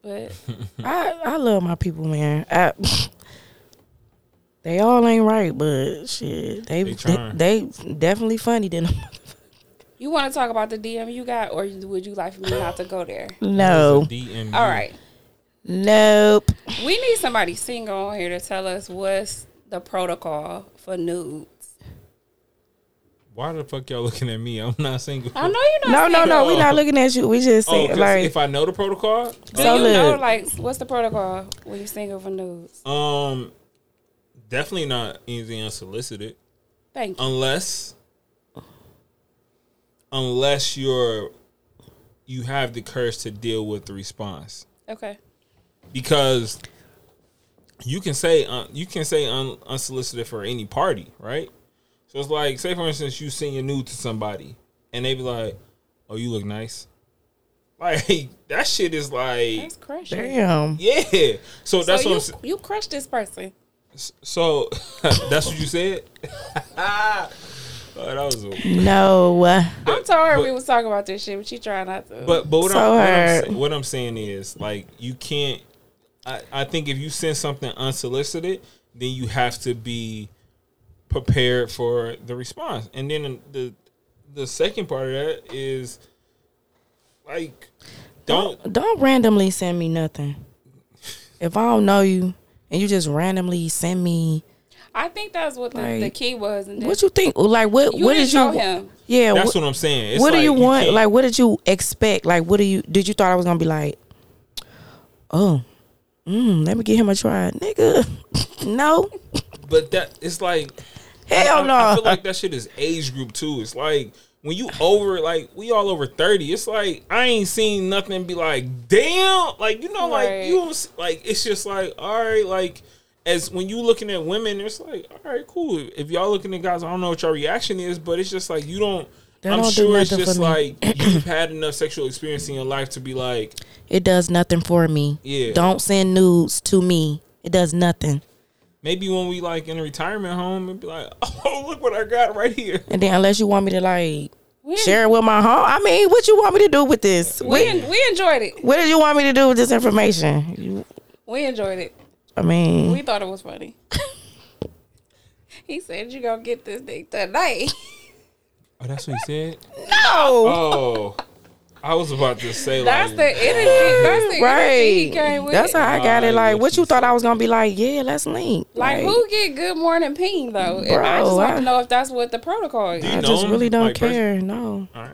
Speaker 3: but
Speaker 5: *laughs*
Speaker 4: I I love my people, man. I, *laughs* they all ain't right, but shit, they
Speaker 5: They
Speaker 4: they,
Speaker 5: trying.
Speaker 4: they definitely funny than them. *laughs*
Speaker 3: you want to talk about the DM you got, or would you like for me not to go there?
Speaker 4: no,
Speaker 5: DMU.
Speaker 3: All right,
Speaker 4: nope.
Speaker 3: we need somebody single on here to tell us what's the protocol for nudes.
Speaker 5: Why the fuck y'all looking at me? I'm not single.
Speaker 3: I know you're
Speaker 4: No,
Speaker 3: not.
Speaker 4: no, no. We
Speaker 5: Oh.
Speaker 4: not looking at you. We just
Speaker 5: Oh,
Speaker 4: saying
Speaker 5: 'cause
Speaker 4: like
Speaker 5: if I know the protocol,
Speaker 3: Do
Speaker 4: So
Speaker 3: you know
Speaker 4: look.
Speaker 3: like what's the protocol when you single for nudes?
Speaker 5: um, definitely not anything unsolicited,
Speaker 3: Thank you.
Speaker 5: unless, unless you're, you have the courage to deal with the response.
Speaker 3: Okay.
Speaker 5: because you can say uh, you can say un, unsolicited for any party, right? So it's like, say for instance, you send your nude to somebody, and they be like, "Oh, you look nice." Like *laughs* that shit is like,
Speaker 3: That's crushing.
Speaker 4: damn.
Speaker 5: yeah. So
Speaker 3: So
Speaker 5: that's what.
Speaker 3: you
Speaker 5: I'm, s-
Speaker 3: you crushed this person.
Speaker 5: so *laughs* that's what you said. *laughs* oh, that was.
Speaker 4: *laughs*
Speaker 5: A,
Speaker 4: No,
Speaker 3: I'm sorry
Speaker 5: but-
Speaker 3: we was talking about this shit, but you try not to.
Speaker 5: but but what,
Speaker 4: So
Speaker 5: I'm, what, I'm,
Speaker 4: hard.
Speaker 5: sa- what I'm saying is like you can't. I, I think if you send something unsolicited, then you have to be prepared for the response. And then the the second part of that is like don't
Speaker 4: don't randomly send me nothing. If I don't know you and you just randomly send me,
Speaker 3: I think that's what the, the
Speaker 4: Like,
Speaker 3: key was. And
Speaker 4: what you think? Like what?
Speaker 3: You
Speaker 4: what
Speaker 3: didn't
Speaker 4: did you?
Speaker 3: know him.
Speaker 4: Yeah.
Speaker 5: that's
Speaker 4: wh-
Speaker 5: what I'm saying. It's
Speaker 4: what do you want?
Speaker 5: can't-
Speaker 4: like, what did you expect? Like, what do you? Did you thought I was gonna be like, oh, mm, let me give him a try, nigga? *laughs* no,
Speaker 5: but that it's like
Speaker 4: hell
Speaker 5: I-
Speaker 4: Oh, no.
Speaker 5: I, feel like that shit is age group too. It's like when you over like we all over thirty. It's like I ain't seen nothing be like damn. Like you know,
Speaker 3: Right.
Speaker 5: like you don't s- like it's just like all right, like. As when you looking at women, it's like, all right, cool. If y'all looking at guys, I don't know what your reaction is, but it's just like you don't.
Speaker 4: That
Speaker 5: I'm
Speaker 4: don't do
Speaker 5: sure it's
Speaker 4: nothing
Speaker 5: just
Speaker 4: for me. *clears throat*
Speaker 5: like you've had enough sexual experience in your life to be like,
Speaker 4: it does nothing for me.
Speaker 5: Yeah.
Speaker 4: Don't send nudes to me. It does nothing.
Speaker 5: maybe when we like in a retirement home, and be like, *laughs* oh look what I got right here.
Speaker 4: And then unless you want me to like
Speaker 3: We,
Speaker 4: share it with my home, I mean, what you want me to do with this?
Speaker 3: we,
Speaker 4: What,
Speaker 3: en- we enjoyed it.
Speaker 4: what did you want me to do with this information? You-
Speaker 3: We enjoyed it.
Speaker 4: I mean,
Speaker 3: We thought it was funny. *laughs* he said, you going to get this dick tonight. *laughs*
Speaker 5: Oh, that's what he said.
Speaker 4: no,
Speaker 5: Oh, I was about to say
Speaker 3: That's
Speaker 5: like,
Speaker 3: the energy. That's the energy he came
Speaker 4: right?
Speaker 3: with.
Speaker 4: That's how I got it.
Speaker 5: Nah,
Speaker 4: Like,
Speaker 5: what
Speaker 4: what
Speaker 5: you
Speaker 4: you thought I was gonna be like? Yeah, let's link.
Speaker 3: like, who get good morning ping, though? and I
Speaker 4: Bro,
Speaker 3: just want
Speaker 4: I-
Speaker 3: to know if that's what the protocol is.
Speaker 5: Dude.
Speaker 4: I
Speaker 5: You
Speaker 4: just
Speaker 5: know
Speaker 4: really
Speaker 5: him?
Speaker 4: don't
Speaker 5: Like, pers-
Speaker 4: care. No,
Speaker 5: All right.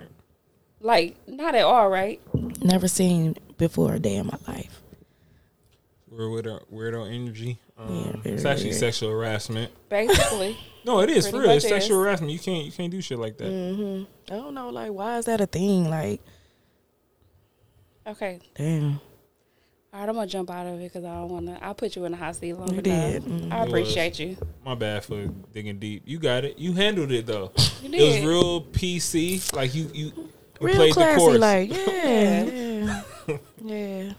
Speaker 3: Like, not at all, right?
Speaker 4: never seen before a day in my life.
Speaker 5: We're with our weirdo energy. Um,
Speaker 4: very
Speaker 5: it's actually
Speaker 4: weird.
Speaker 5: sexual harassment.
Speaker 3: Basically.
Speaker 5: *laughs* No, it is for
Speaker 3: Pretty
Speaker 5: real. It's
Speaker 3: much
Speaker 5: sexual
Speaker 3: is. Mm.
Speaker 5: harassment. You can't you can't do shit like that.
Speaker 4: I don't know. Like, why is that a thing? Like,
Speaker 3: okay.
Speaker 4: damn.
Speaker 3: All right, I'm gonna jump out of it because I don't want to. I put you in the hot seat long
Speaker 4: You
Speaker 3: enough.
Speaker 4: did. Mm.
Speaker 3: I appreciate you.
Speaker 5: My bad for digging deep. You got it. You handled it though.
Speaker 3: You
Speaker 5: It was
Speaker 3: did.
Speaker 5: real PC. Like you you, you
Speaker 4: Real
Speaker 5: played the
Speaker 4: classy.
Speaker 5: course. *laughs*
Speaker 4: Like, yeah, yeah,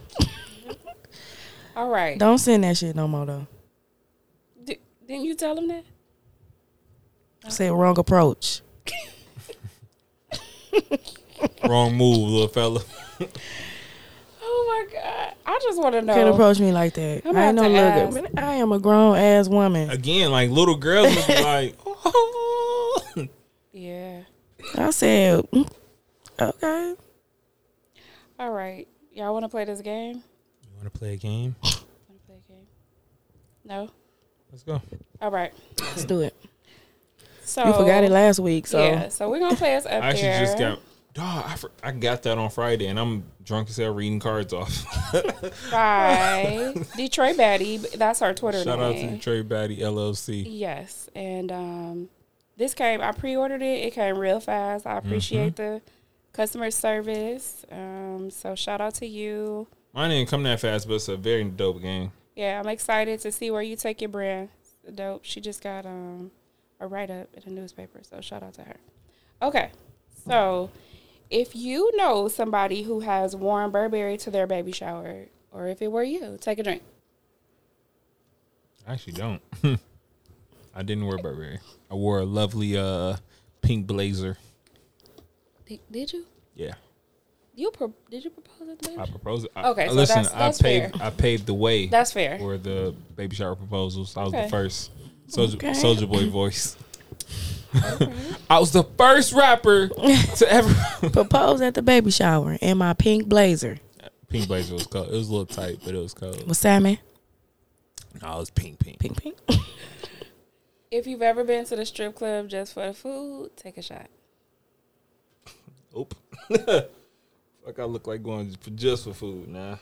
Speaker 4: *laughs* yeah.
Speaker 3: All right.
Speaker 4: Don't send that shit no more though.
Speaker 3: D- didn't you tell him that?
Speaker 4: Say wrong approach.
Speaker 5: Wrong move, little fella. *laughs*
Speaker 3: Oh my god! I just want to know.
Speaker 4: Can't approach me like that.
Speaker 3: I'm
Speaker 4: I ain't no
Speaker 3: about
Speaker 4: look.
Speaker 3: to
Speaker 4: I, mean, I am a grown ass woman.
Speaker 5: Again, like little girls would be like, oh.
Speaker 3: *laughs* Yeah.
Speaker 4: I said, mm, okay.
Speaker 3: All right. Y'all want to play this game?
Speaker 5: You wanna play a game?
Speaker 3: Wanna play a game? No.
Speaker 5: Let's go.
Speaker 3: All right.
Speaker 4: Let's do it. Oh.
Speaker 3: So
Speaker 4: You forgot it last week, so
Speaker 3: Yeah. So we're gonna play us up
Speaker 5: I actually
Speaker 3: there.
Speaker 5: just got dog. I, for, I got that on Friday, and I'm drunk as hell reading cards off. *laughs*
Speaker 3: by Detroit Batty. That's her Twitter
Speaker 5: Shout out
Speaker 3: name.
Speaker 5: to Detroit Batty LLC.
Speaker 3: Yes, and um, this came. I pre-ordered it. It came real fast. I appreciate the customer service. Um, so shout out to you.
Speaker 5: Mine didn't come that fast, but it's a very dope game.
Speaker 3: Yeah, I'm excited to see where you take your brand. Dope. She just got um a write up in the newspaper. So shout out to her. Okay, so if you know somebody who has worn Burberry to their baby shower, or if it were you, take a drink.
Speaker 5: I actually don't. *laughs* I didn't wear Burberry. I wore a lovely uh pink blazer.
Speaker 3: Did, did you?
Speaker 5: Yeah.
Speaker 3: You pro- did you propose at the
Speaker 5: I
Speaker 3: baby?
Speaker 5: proposed it. I-
Speaker 3: Okay,
Speaker 5: I-
Speaker 3: so
Speaker 5: listen,
Speaker 3: that's- that's
Speaker 5: I paved I paved the way
Speaker 3: That's fair.
Speaker 5: for the baby shower proposals. I was
Speaker 3: Okay.
Speaker 5: the first soldier
Speaker 4: Okay.
Speaker 5: soldier boy voice. *laughs* I was the first rapper to ever *laughs*
Speaker 4: Propose at the baby shower in my pink blazer
Speaker 5: pink blazer was cold. It was a little tight, but it was cold.
Speaker 4: with salmon.
Speaker 5: No, it was pink, pink.
Speaker 4: Pink, pink. *laughs*
Speaker 3: If you've ever been to the strip club just for the food, take a shot.
Speaker 5: *laughs* Oop. like I look like going for just for food, nah.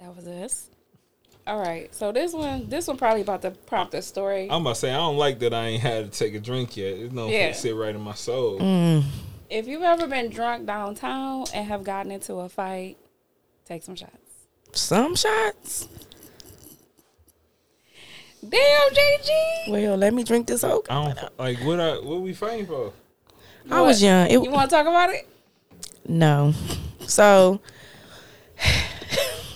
Speaker 3: That was us. All right. So this one, this one probably about to prompt a story.
Speaker 5: I'm about to say I don't like that I ain't had to take a drink yet. It's no
Speaker 3: Yeah. Mm.
Speaker 5: it sit right in my soul.
Speaker 3: If you've ever been drunk downtown and have gotten into a fight, take some shots.
Speaker 4: Some shots.
Speaker 3: Damn, JG.
Speaker 4: Well, let me drink this oak.
Speaker 5: I don't like what I what we fighting for.
Speaker 4: I was
Speaker 3: What?
Speaker 4: young. It,
Speaker 3: You want to talk about it?
Speaker 4: No. So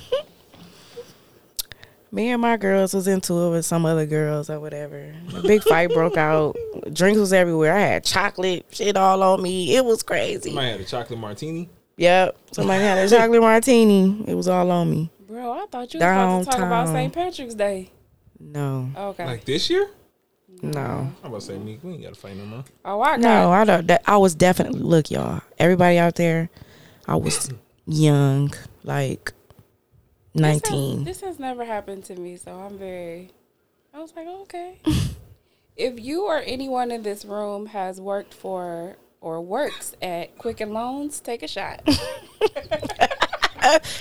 Speaker 4: *sighs* me and my girls was into it with some other girls or whatever. A big fight broke out. Drinks was everywhere. I had chocolate shit all on me. It was crazy.
Speaker 5: Somebody had a chocolate martini.
Speaker 4: Yep. Somebody had a chocolate martini. It was all on me.
Speaker 3: Bro, I thought you was about to talk about
Speaker 4: Downtown.
Speaker 3: St. Patrick's Day.
Speaker 4: No.
Speaker 3: Okay.
Speaker 5: Like this year?
Speaker 4: No.
Speaker 5: I'm about to say Meek, we ain't gotta fight no more.
Speaker 3: oh, I got
Speaker 4: No, I don't that, I was definitely look, y'all. Everybody out there, I was young, like
Speaker 3: This has-
Speaker 4: nineteen.
Speaker 3: This has, never happened to me, so I'm very. I was like, okay. if you or anyone in this room has worked for or works at Quicken Loans, take a shot.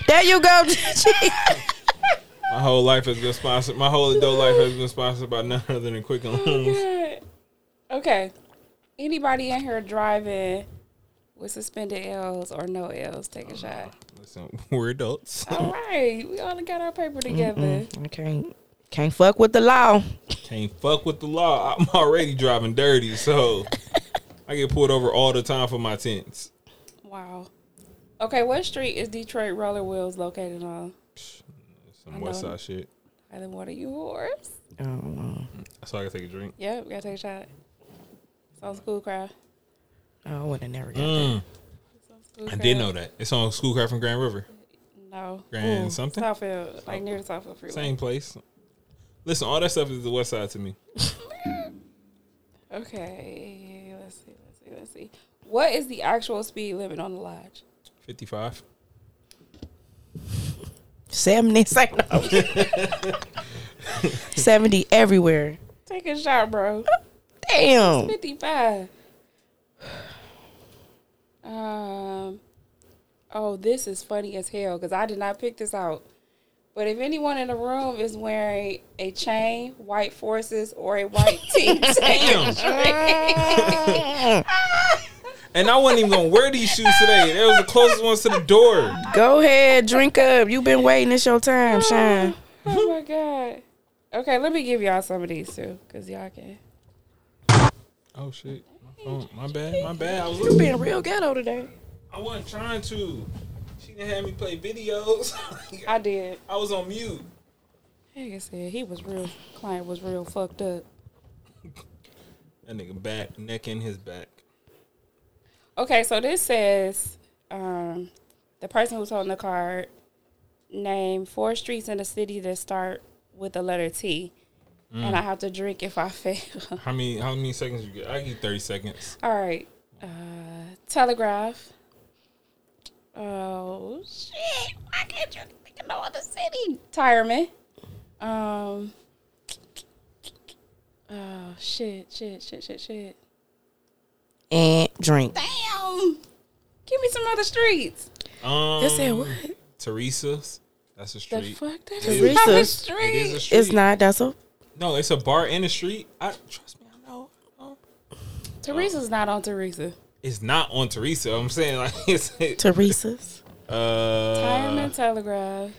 Speaker 4: There you go, *laughs* Gigi.
Speaker 5: My whole life has been sponsored my whole adult life has been sponsored by none other than Quick
Speaker 3: Oh
Speaker 5: and Loans.
Speaker 3: okay. Anybody in here driving with suspended L's or no L's, take a shot.
Speaker 5: Listen, we're adults.
Speaker 3: All right, we all got our paper together.
Speaker 4: I can't can't fuck with the law.
Speaker 5: Can't fuck with the law. I'm already driving
Speaker 3: *laughs*
Speaker 5: dirty, so I get pulled over all the time for my tints.
Speaker 3: Wow. Okay, what street is Detroit Roller Wheels located on?
Speaker 5: Some West
Speaker 3: know.
Speaker 5: Side shit.
Speaker 3: Either one of you whores.
Speaker 4: Oh,
Speaker 5: So I can take a drink.
Speaker 3: Yep, gotta take a shot. It's on school crowd.
Speaker 4: I would have never
Speaker 3: It's
Speaker 4: got
Speaker 3: on school
Speaker 5: I did
Speaker 3: crowd.
Speaker 5: know that. It's on Schoolcraft from Grand River.
Speaker 3: No.
Speaker 5: Grand something.
Speaker 3: Southfield, like near the Southfield Freeway.
Speaker 5: Same place. Listen, all that stuff is the west side to me.
Speaker 3: Okay, let's see, let's see, let's see. What is the actual speed limit on the lodge?
Speaker 5: 55.
Speaker 4: seventy. *laughs* Say no. Seventy everywhere.
Speaker 3: Take a shot, bro.
Speaker 4: Damn.
Speaker 3: 55. *sighs* Um, oh, this is funny as hell because I did not pick this out. But if anyone in the room is wearing a chain, white forces, or a
Speaker 5: *laughs*
Speaker 3: white tee,
Speaker 5: And I wasn't even going to wear these shoes today. They was the closest ones to the door.
Speaker 4: Go ahead, drink up. You've been waiting. It's your time, Shine.
Speaker 3: *laughs* Oh my god. Okay, let me give y'all some of these too, cause y'all can.
Speaker 5: Oh, shit. My, phone. my bad. My bad. I, was
Speaker 4: You
Speaker 5: listening.
Speaker 4: been real ghetto today.
Speaker 5: I wasn't trying to. She didn't have me play videos. *laughs*
Speaker 3: I did.
Speaker 5: I was on mute.
Speaker 3: Like I said, he was real. Client was real fucked up.
Speaker 5: That nigga back, neck in his back.
Speaker 3: Okay, so this says um, the person who's holding the card name four streets in the city that start with the letter T, and I have to drink if I *laughs* fail.
Speaker 5: How many how many seconds you get? I get 30 seconds.
Speaker 3: All right, uh, Telegraph. Oh shit! Why can't you think of no other city? Tireman. Um. Oh shit! Shit! Shit! Shit! Shit!
Speaker 4: And drink.
Speaker 3: Damn! Give me some other streets.
Speaker 5: Um,
Speaker 4: It said what?
Speaker 5: Teresa's. That's a
Speaker 3: The
Speaker 5: street.
Speaker 3: fuck that
Speaker 5: It
Speaker 3: is
Speaker 5: is-
Speaker 3: not a
Speaker 4: Teresa's.
Speaker 5: It is a
Speaker 3: street.
Speaker 5: street.
Speaker 4: It's not. That's a.
Speaker 5: No, it's a bar in the street. I Trust me, I know.
Speaker 3: Teresa's not on Teresa.
Speaker 5: It's not on Teresa. I'm saying like *laughs* it's it,
Speaker 4: Teresa's.
Speaker 5: uh,
Speaker 3: Tireman, Telegraph,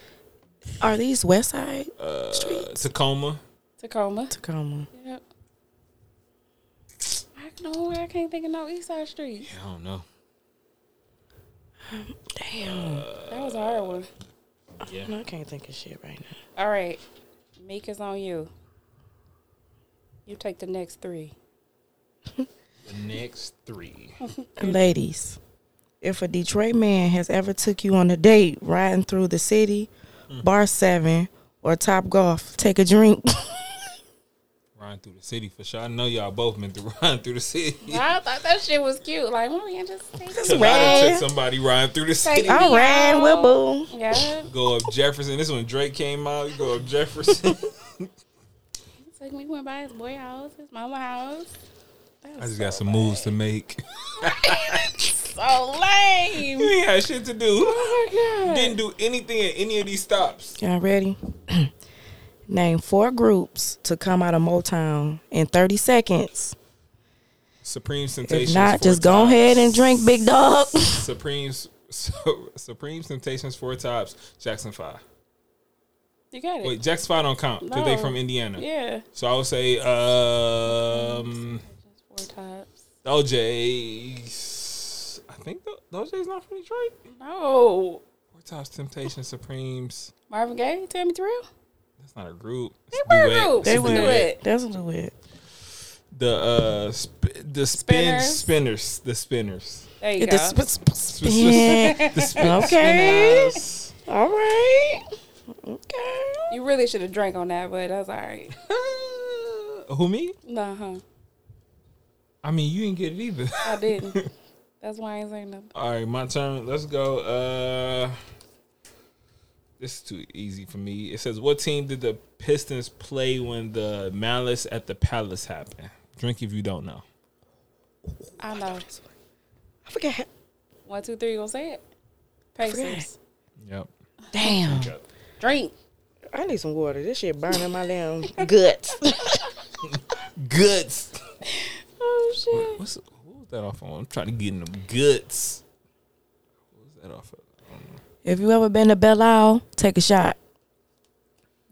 Speaker 4: Are these West Side
Speaker 5: uh Tacoma.
Speaker 3: Tacoma.
Speaker 4: Tacoma?
Speaker 3: Yep. I know I can't think of no East Side Street.
Speaker 5: I don't know.
Speaker 4: Damn.
Speaker 3: That was a hard one.
Speaker 4: I can't think of shit right now.
Speaker 3: All right. Meek is on you. You take the next three.
Speaker 5: The next three.
Speaker 4: Ladies, if a Detroit man has ever took you on a date riding through the city,
Speaker 5: Mm.
Speaker 4: Bar 7 or Top Golf, take a drink. *laughs*
Speaker 5: Run through the city for sure. I know y'all both been through *laughs* run through the city.
Speaker 3: I thought that shit was cute. Like, why we just take
Speaker 4: That's
Speaker 5: I done
Speaker 4: rad.
Speaker 5: took somebody riding through the
Speaker 3: Take
Speaker 5: city.
Speaker 3: it.
Speaker 4: I'm riding with boo.
Speaker 3: Yeah,
Speaker 5: Go up Jefferson. This is when Drake came out. You go up
Speaker 4: *laughs*
Speaker 5: Jefferson.
Speaker 3: took me went by his boy house, his mama house. *laughs*
Speaker 5: I just got some moves to make. *laughs*
Speaker 3: So lame.
Speaker 5: You ain't had shit to do.
Speaker 3: Oh my god.
Speaker 5: Didn't do anything at any of these stops.
Speaker 4: Y'all ready? *clears throat* Name four groups to come out of Motown in 30 seconds.
Speaker 5: Supreme Sensations.
Speaker 4: If not,
Speaker 5: four
Speaker 4: just go
Speaker 5: times.
Speaker 4: ahead and drink, big
Speaker 5: *laughs*
Speaker 4: dog. *laughs*
Speaker 5: Supreme, Supreme Temptations, Four Tops, Jackson Five.
Speaker 3: You got it.
Speaker 5: Wait, Jackson Five don't count because they
Speaker 3: No.
Speaker 5: from Indiana.
Speaker 3: Yeah.
Speaker 5: So I would say, um,
Speaker 3: Four tops.
Speaker 5: OJ. I think the, OJ's not from Detroit.
Speaker 3: No.
Speaker 5: Four Tops, Temptations, Supremes.
Speaker 3: Marvin Gaye, Tammy Terrell.
Speaker 5: That's not a group.
Speaker 3: They were
Speaker 5: Duet.
Speaker 3: groups.
Speaker 5: It's
Speaker 3: They
Speaker 5: a
Speaker 3: were.
Speaker 5: duet.
Speaker 3: Duet.
Speaker 4: That's a little weird.
Speaker 5: The uh, sp- the spin
Speaker 3: Spinners.
Speaker 5: spinners, the spinners. *laughs*
Speaker 3: There you
Speaker 4: Get
Speaker 3: go.
Speaker 4: the sp- sp- spin. Okay.
Speaker 5: Spinners.
Speaker 4: *laughs* All right. Okay.
Speaker 3: you really should have drank on that, but that's all right.
Speaker 5: Who me?
Speaker 3: Nah, huh?
Speaker 5: I mean, you didn't get it either. *laughs*
Speaker 3: I didn't. that's why I ain't saying nothing.
Speaker 5: All right, my turn. Let's go. Uh This is too easy for me. It says, "What team did the Pistons play when the malice at the Palace happened?" Drink if you don't know.
Speaker 3: I know.
Speaker 4: I forgot.
Speaker 3: One, two, three. You gonna say it? Pacers.
Speaker 5: Yep.
Speaker 4: Damn.
Speaker 3: Drink.
Speaker 4: I need some water. This shit burning my damn
Speaker 5: *laughs*
Speaker 4: guts. *laughs*
Speaker 5: Guts.
Speaker 3: Oh shit.
Speaker 5: What's what was that off on? I'm trying to get in them guts. What was that off of? I don't know.
Speaker 4: If you ever been to Belle Isle, take a shot.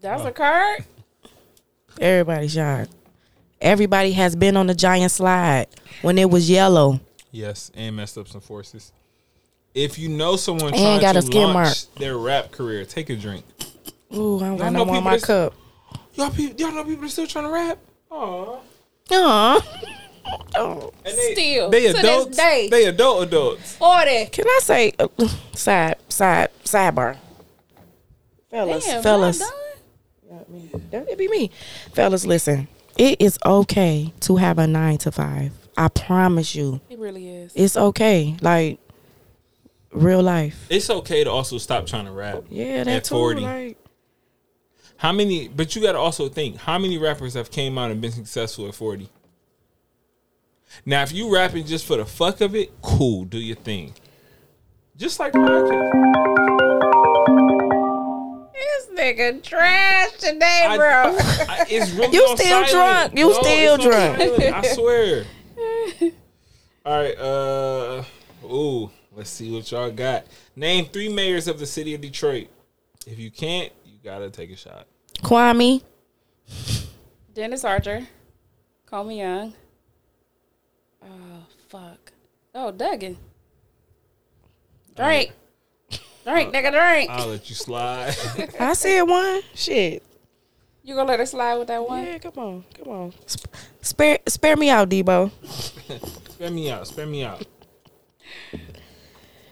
Speaker 3: That was a card.
Speaker 4: Everybody shot. Everybody has been on the giant slide when it was yellow.
Speaker 5: Yes, and messed up some forces. If you know someone
Speaker 4: And
Speaker 5: trying
Speaker 4: got
Speaker 5: to
Speaker 4: a skin
Speaker 5: launch
Speaker 4: mark.
Speaker 5: their rap career, take a drink.
Speaker 4: Ooh, I, I
Speaker 5: know
Speaker 4: don't
Speaker 5: people
Speaker 4: want my
Speaker 5: that's-
Speaker 4: cup.
Speaker 5: Y'all, people, y'all know people that still trying to rap. Aww.
Speaker 4: Aw. Oh.
Speaker 5: And they,
Speaker 3: Still,
Speaker 5: they
Speaker 3: to this
Speaker 5: adults.
Speaker 3: day.
Speaker 5: They adult adults.
Speaker 3: Forty.
Speaker 4: Can I say uh, side side sidebar? Fellas,
Speaker 3: Damn,
Speaker 4: fellas.
Speaker 3: y'all done?
Speaker 4: That would be me. Fellas, listen. It is okay to have a nine to five. I promise you.
Speaker 3: It really is.
Speaker 4: It's okay. Like real life.
Speaker 5: It's okay to also stop trying to rap.
Speaker 4: Yeah,
Speaker 5: at
Speaker 4: that too.
Speaker 5: forty.
Speaker 4: Like
Speaker 5: how many? But you got to also think how many rappers have came out and been successful at forty. Now, if you rapping just for the fuck of it, cool, do your thing. Just like podcast.
Speaker 3: This nigga trash today,
Speaker 5: I-
Speaker 3: bro.
Speaker 5: I- it's really
Speaker 4: You
Speaker 5: on
Speaker 4: still
Speaker 5: silent.
Speaker 4: drunk. You still
Speaker 5: it's on
Speaker 4: drunk.
Speaker 5: silent, I swear. *laughs* All right. Uh. Ooh. Let's see what y'all got. Name three mayors of the city of Detroit. If you can't, you gotta take a shot.
Speaker 4: Kwame.
Speaker 3: Dennis Archer, Comey Young. Oh fuck. Oh Duggan. Drink. Drink, nigga, drink.
Speaker 5: I'll let you slide. *laughs*
Speaker 4: I said one. Shit.
Speaker 3: you gonna let it slide with that one?
Speaker 4: Yeah, come on. Come on. Sp- spare spare me out, Debo.
Speaker 5: spare me out. Spare me out.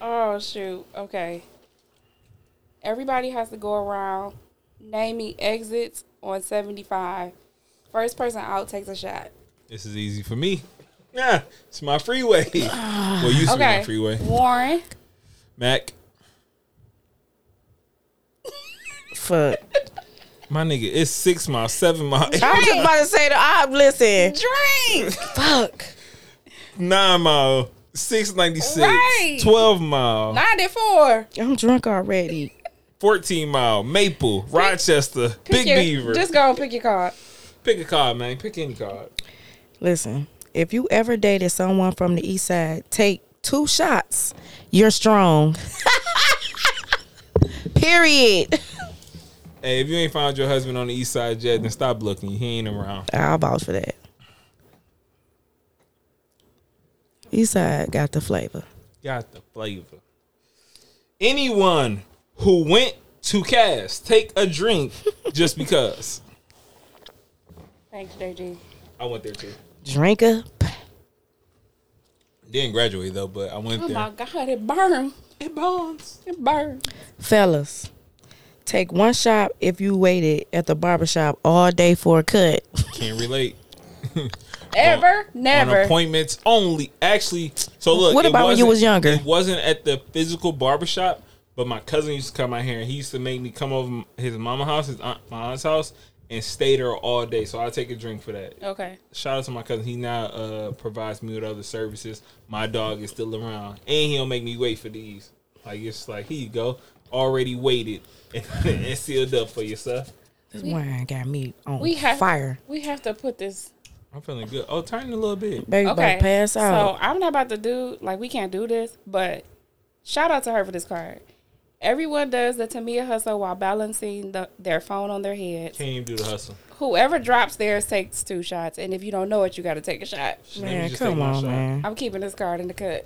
Speaker 3: Oh shoot. Okay. Everybody has to go around naming exits on seventy five. First person out takes a shot.
Speaker 5: This is easy for me. Yeah, it's
Speaker 4: *sighs*
Speaker 5: my freeway. well, used to be my
Speaker 3: Okay.
Speaker 5: freeway.
Speaker 3: Warren.
Speaker 5: Mac,
Speaker 4: Fuck.
Speaker 5: my nigga, it's six mile, seven mile,
Speaker 4: I was just about to say the op. Listen.
Speaker 3: Drink.
Speaker 4: Fuck.
Speaker 5: *laughs* nine mile, six ninety six,
Speaker 3: Right.
Speaker 5: twelve mile,
Speaker 3: Ninety four.
Speaker 4: I'm drunk already.
Speaker 5: fourteen mile, Maple, Rochester, Big Beaver.
Speaker 3: Just go and pick your card.
Speaker 5: Pick a card, man. Pick any card.
Speaker 4: Listen, if you ever dated someone from the east side, take two shots. You're strong. *laughs* Period.
Speaker 5: Hey, if you ain't found your husband on the east side yet, then stop looking. He ain't around.
Speaker 4: I'll vouch for that. East side got the flavor.
Speaker 5: Got the flavor.
Speaker 3: *laughs*
Speaker 5: Anyone who went to Cass, take a drink just because.
Speaker 3: Thanks, JG.
Speaker 5: I went there too.
Speaker 4: Drink up.
Speaker 5: Didn't graduate though, but I went
Speaker 3: Oh
Speaker 5: there.
Speaker 3: my God, it burned. It burns. It burned.
Speaker 4: Fellas, take one shot if you waited at the barber shop all day for a cut.
Speaker 5: Can't relate.
Speaker 3: Ever?
Speaker 5: On
Speaker 3: Never.
Speaker 5: appointments only. Actually, so look.
Speaker 4: What
Speaker 5: it
Speaker 4: about when you
Speaker 5: wasn't-
Speaker 4: was younger?
Speaker 5: It wasn't at the physical barbershop, but my cousin used to come out here and he used to make me come over his mama house, his aunt, my aunt's house, and stay there all day. So I take a drink for that.
Speaker 3: Okay.
Speaker 5: Shout out to my cousin. He now uh, provides me with other services. My dog is still around, and he'll make me wait for these. Like it's like here you go, already waited *laughs* and, and sealed up for yourself.
Speaker 4: This wine got me on
Speaker 3: We have
Speaker 4: fire.
Speaker 3: We have to put this.
Speaker 5: I'm feeling good. Oh, turn a little bit.
Speaker 4: Baby
Speaker 3: Okay.
Speaker 4: about to pass
Speaker 3: So
Speaker 4: out.
Speaker 3: I'm not about to do like we can't do this, but shout out to her for this card. Everyone does the Tamia hustle while balancing the, their phone on their head.
Speaker 5: Can't even do the hustle.
Speaker 3: Whoever drops theirs takes two shots, and if you don't know it, you got to take a shot.
Speaker 5: Let me
Speaker 4: man,
Speaker 5: just take
Speaker 4: come
Speaker 5: my
Speaker 4: on,
Speaker 5: shot.
Speaker 4: man.
Speaker 3: I'm keeping this card in the cut.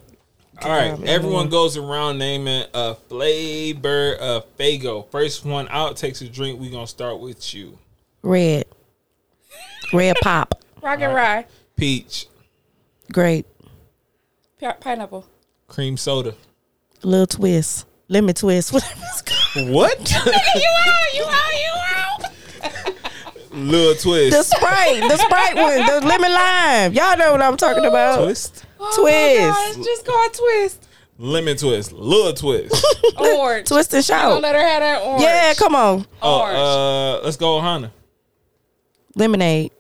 Speaker 5: All right,
Speaker 4: Robin
Speaker 5: everyone
Speaker 4: Hood.
Speaker 5: goes around naming a flavor of Fago. First one out takes a drink. We're gonna start with you,
Speaker 4: Red. Red pop.
Speaker 3: Rock and rye,
Speaker 5: peach,
Speaker 4: Grape.
Speaker 3: pi- pineapple,
Speaker 5: cream soda.
Speaker 4: Little twist. Lemon twist. *laughs* Whatever it's called.
Speaker 5: What?
Speaker 3: *laughs* you out, you out, you out.
Speaker 5: *laughs* Lil
Speaker 4: The
Speaker 5: twist.
Speaker 4: Sprite. The Sprite one. The lemon lime. Y'all know what I'm talking about.
Speaker 5: twist.
Speaker 3: Oh my
Speaker 4: Twist.
Speaker 3: gosh, just called
Speaker 4: *laughs*
Speaker 3: twist.
Speaker 5: Lemon twist. Lil twist.
Speaker 3: Orange.
Speaker 4: Twist and
Speaker 3: Don't
Speaker 4: shout.
Speaker 3: let her have that orange.
Speaker 4: Yeah, come on.
Speaker 5: oh,
Speaker 3: Orange.
Speaker 5: uh, let's go, Hana.
Speaker 4: Lemonade.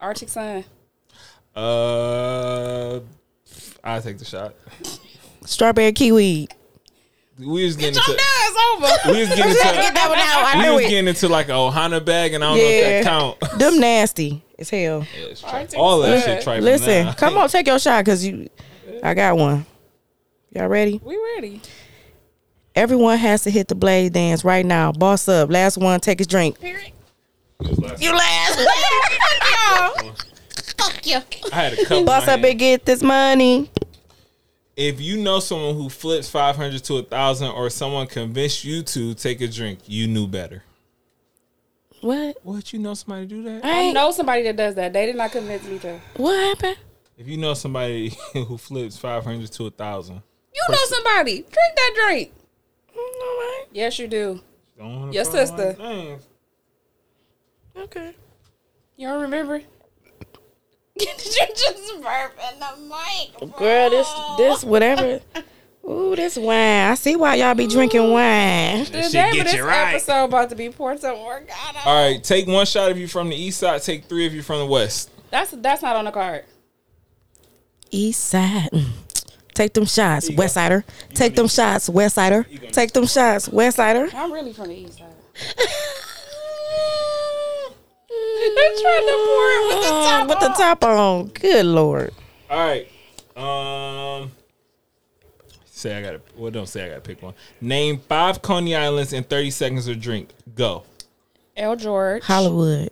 Speaker 3: Arctic sun.
Speaker 5: Uh, I take the shot.
Speaker 4: Strawberry kiwi.
Speaker 5: We was getting
Speaker 3: Don't
Speaker 5: into.
Speaker 3: know, it's over.
Speaker 5: We was getting into.
Speaker 4: that one out. I
Speaker 5: We
Speaker 4: knew
Speaker 5: was
Speaker 4: it.
Speaker 5: getting into like a Ohana bag, and I don't know
Speaker 4: Yeah.
Speaker 5: if that count.
Speaker 4: Them nasty as hell.
Speaker 5: Yeah, it's
Speaker 3: Alright,
Speaker 4: *laughs*
Speaker 5: tri- All that
Speaker 3: take
Speaker 5: shit.
Speaker 3: a
Speaker 5: trifling
Speaker 4: Listen,
Speaker 5: now.
Speaker 4: come on, take your shot because you, I got one. Y'all ready?
Speaker 3: We ready.
Speaker 4: Everyone has to hit the blade dance right now. Boss up. Last one, take his drink.
Speaker 3: Period.
Speaker 4: You last.
Speaker 3: Fuck you.
Speaker 5: I had a cup.
Speaker 4: *laughs* Boss up and get this money.
Speaker 5: if you know someone who flips 500 to a thousand or someone convinced you to take a drink you knew better
Speaker 4: What?
Speaker 5: what you know somebody do that
Speaker 4: I
Speaker 3: I
Speaker 4: ain't-
Speaker 3: know somebody that does that. They did not convince me to.
Speaker 4: What happened?
Speaker 5: if you know somebody *laughs* who flips 500 to a thousand
Speaker 3: You know somebody. Drink that drink.
Speaker 5: Mm,
Speaker 4: All
Speaker 3: Yes, you do.
Speaker 5: don't wanna
Speaker 3: Your
Speaker 5: cry like
Speaker 3: sister.
Speaker 5: that.
Speaker 4: right. Okay.
Speaker 3: You don't remember? You're just burping the mic.
Speaker 4: Girl, this this whatever. Ooh, this wine. I see why y'all be drinking wine.
Speaker 3: The
Speaker 5: shit
Speaker 3: name
Speaker 5: get
Speaker 3: of this
Speaker 5: you right.
Speaker 3: episode about to be poured somewhere. God, I-
Speaker 5: all right take one shot if you're from the east side take three if you're from the west
Speaker 3: that's that's not on the card.
Speaker 4: East side. Mm. Take them shots, West Sider. Take them shots, West Sider. Take them shots, West Sider.
Speaker 3: I'm really from the east side. *laughs* They're trying to pour it with the top.
Speaker 4: Oh, *laughs* With the top on. Good lord.
Speaker 5: all right um say i gotta well don't say i gotta pick one name five coney islands in 30 seconds or drink go
Speaker 3: L. George,
Speaker 4: Hollywood.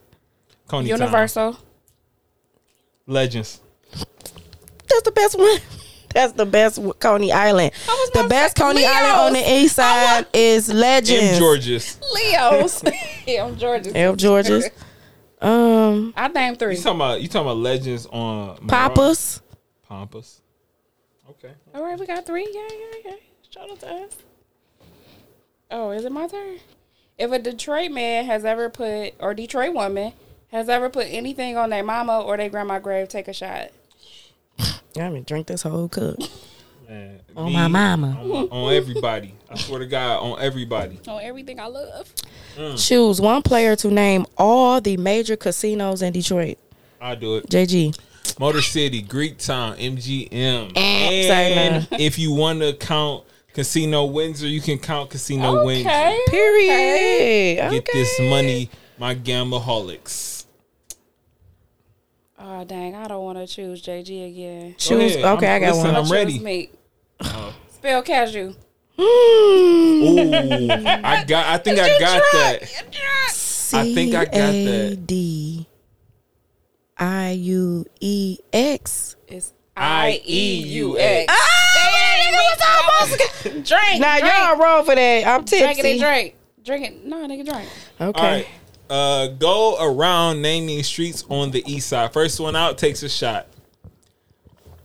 Speaker 5: coney time.
Speaker 3: Universal,
Speaker 5: legends
Speaker 4: That's the best one. *laughs* That's the best w- Coney Island.
Speaker 3: was
Speaker 4: The
Speaker 3: about
Speaker 4: best
Speaker 3: to say
Speaker 4: Coney
Speaker 3: Leo's.
Speaker 4: Island on the east side is
Speaker 5: in
Speaker 4: Legends.
Speaker 5: georges
Speaker 3: *laughs* Leo's. M. George's.
Speaker 4: Elf Georges. Um,
Speaker 3: I named three.
Speaker 5: You talking about you talking about legends on Monroe?
Speaker 4: Papa's.
Speaker 5: Pampas. Okay.
Speaker 3: All right, we got three. Yeah, yeah, yeah. Shout out to us. Oh, is it my turn? If a Detroit man has ever put, or Detroit woman has ever put anything on their mama or their grandma grave, take a shot.
Speaker 4: I haven't drink this whole
Speaker 5: *laughs*
Speaker 4: cup.
Speaker 5: Man,
Speaker 4: On
Speaker 5: me,
Speaker 4: my mama.
Speaker 5: On, my- on everybody. I swear to God, on everybody.
Speaker 3: On everything I love.
Speaker 5: Mm.
Speaker 4: Choose one player to name all the major casinos in Detroit.
Speaker 5: I'll do it.
Speaker 4: JG.
Speaker 5: Motor City, Greek Town, MGM.
Speaker 4: Eh, sorry,
Speaker 5: And
Speaker 4: man.
Speaker 5: if you want to count Casino Windsor, you can count Casino Windsor.
Speaker 3: Okay.
Speaker 4: Period. Okay.
Speaker 5: Get this money, my gambleholics.
Speaker 3: Oh dang, I don't want to choose JG again.
Speaker 5: Go
Speaker 4: Choose.
Speaker 5: ahead.
Speaker 4: okay, i
Speaker 5: I'm-
Speaker 4: got
Speaker 5: listen,
Speaker 4: one.
Speaker 5: I'm ready. Oh.
Speaker 3: Choose me. Spell cashew.
Speaker 4: Mm.
Speaker 5: Ooh, I got. I think I got that. I think I got that.
Speaker 4: C A D I U E X.
Speaker 3: It's I
Speaker 5: I
Speaker 3: E
Speaker 5: E
Speaker 3: U
Speaker 5: U
Speaker 3: X.
Speaker 5: X.
Speaker 3: Ah! Drink. Drink.
Speaker 4: Now y'all wrong for that. I'm
Speaker 3: Drink it
Speaker 4: tipsy.
Speaker 3: and drink. Drink it. No, nigga, drink.
Speaker 4: Okay.
Speaker 5: All right. Uh, go around naming streets on the east side. First one out takes a shot.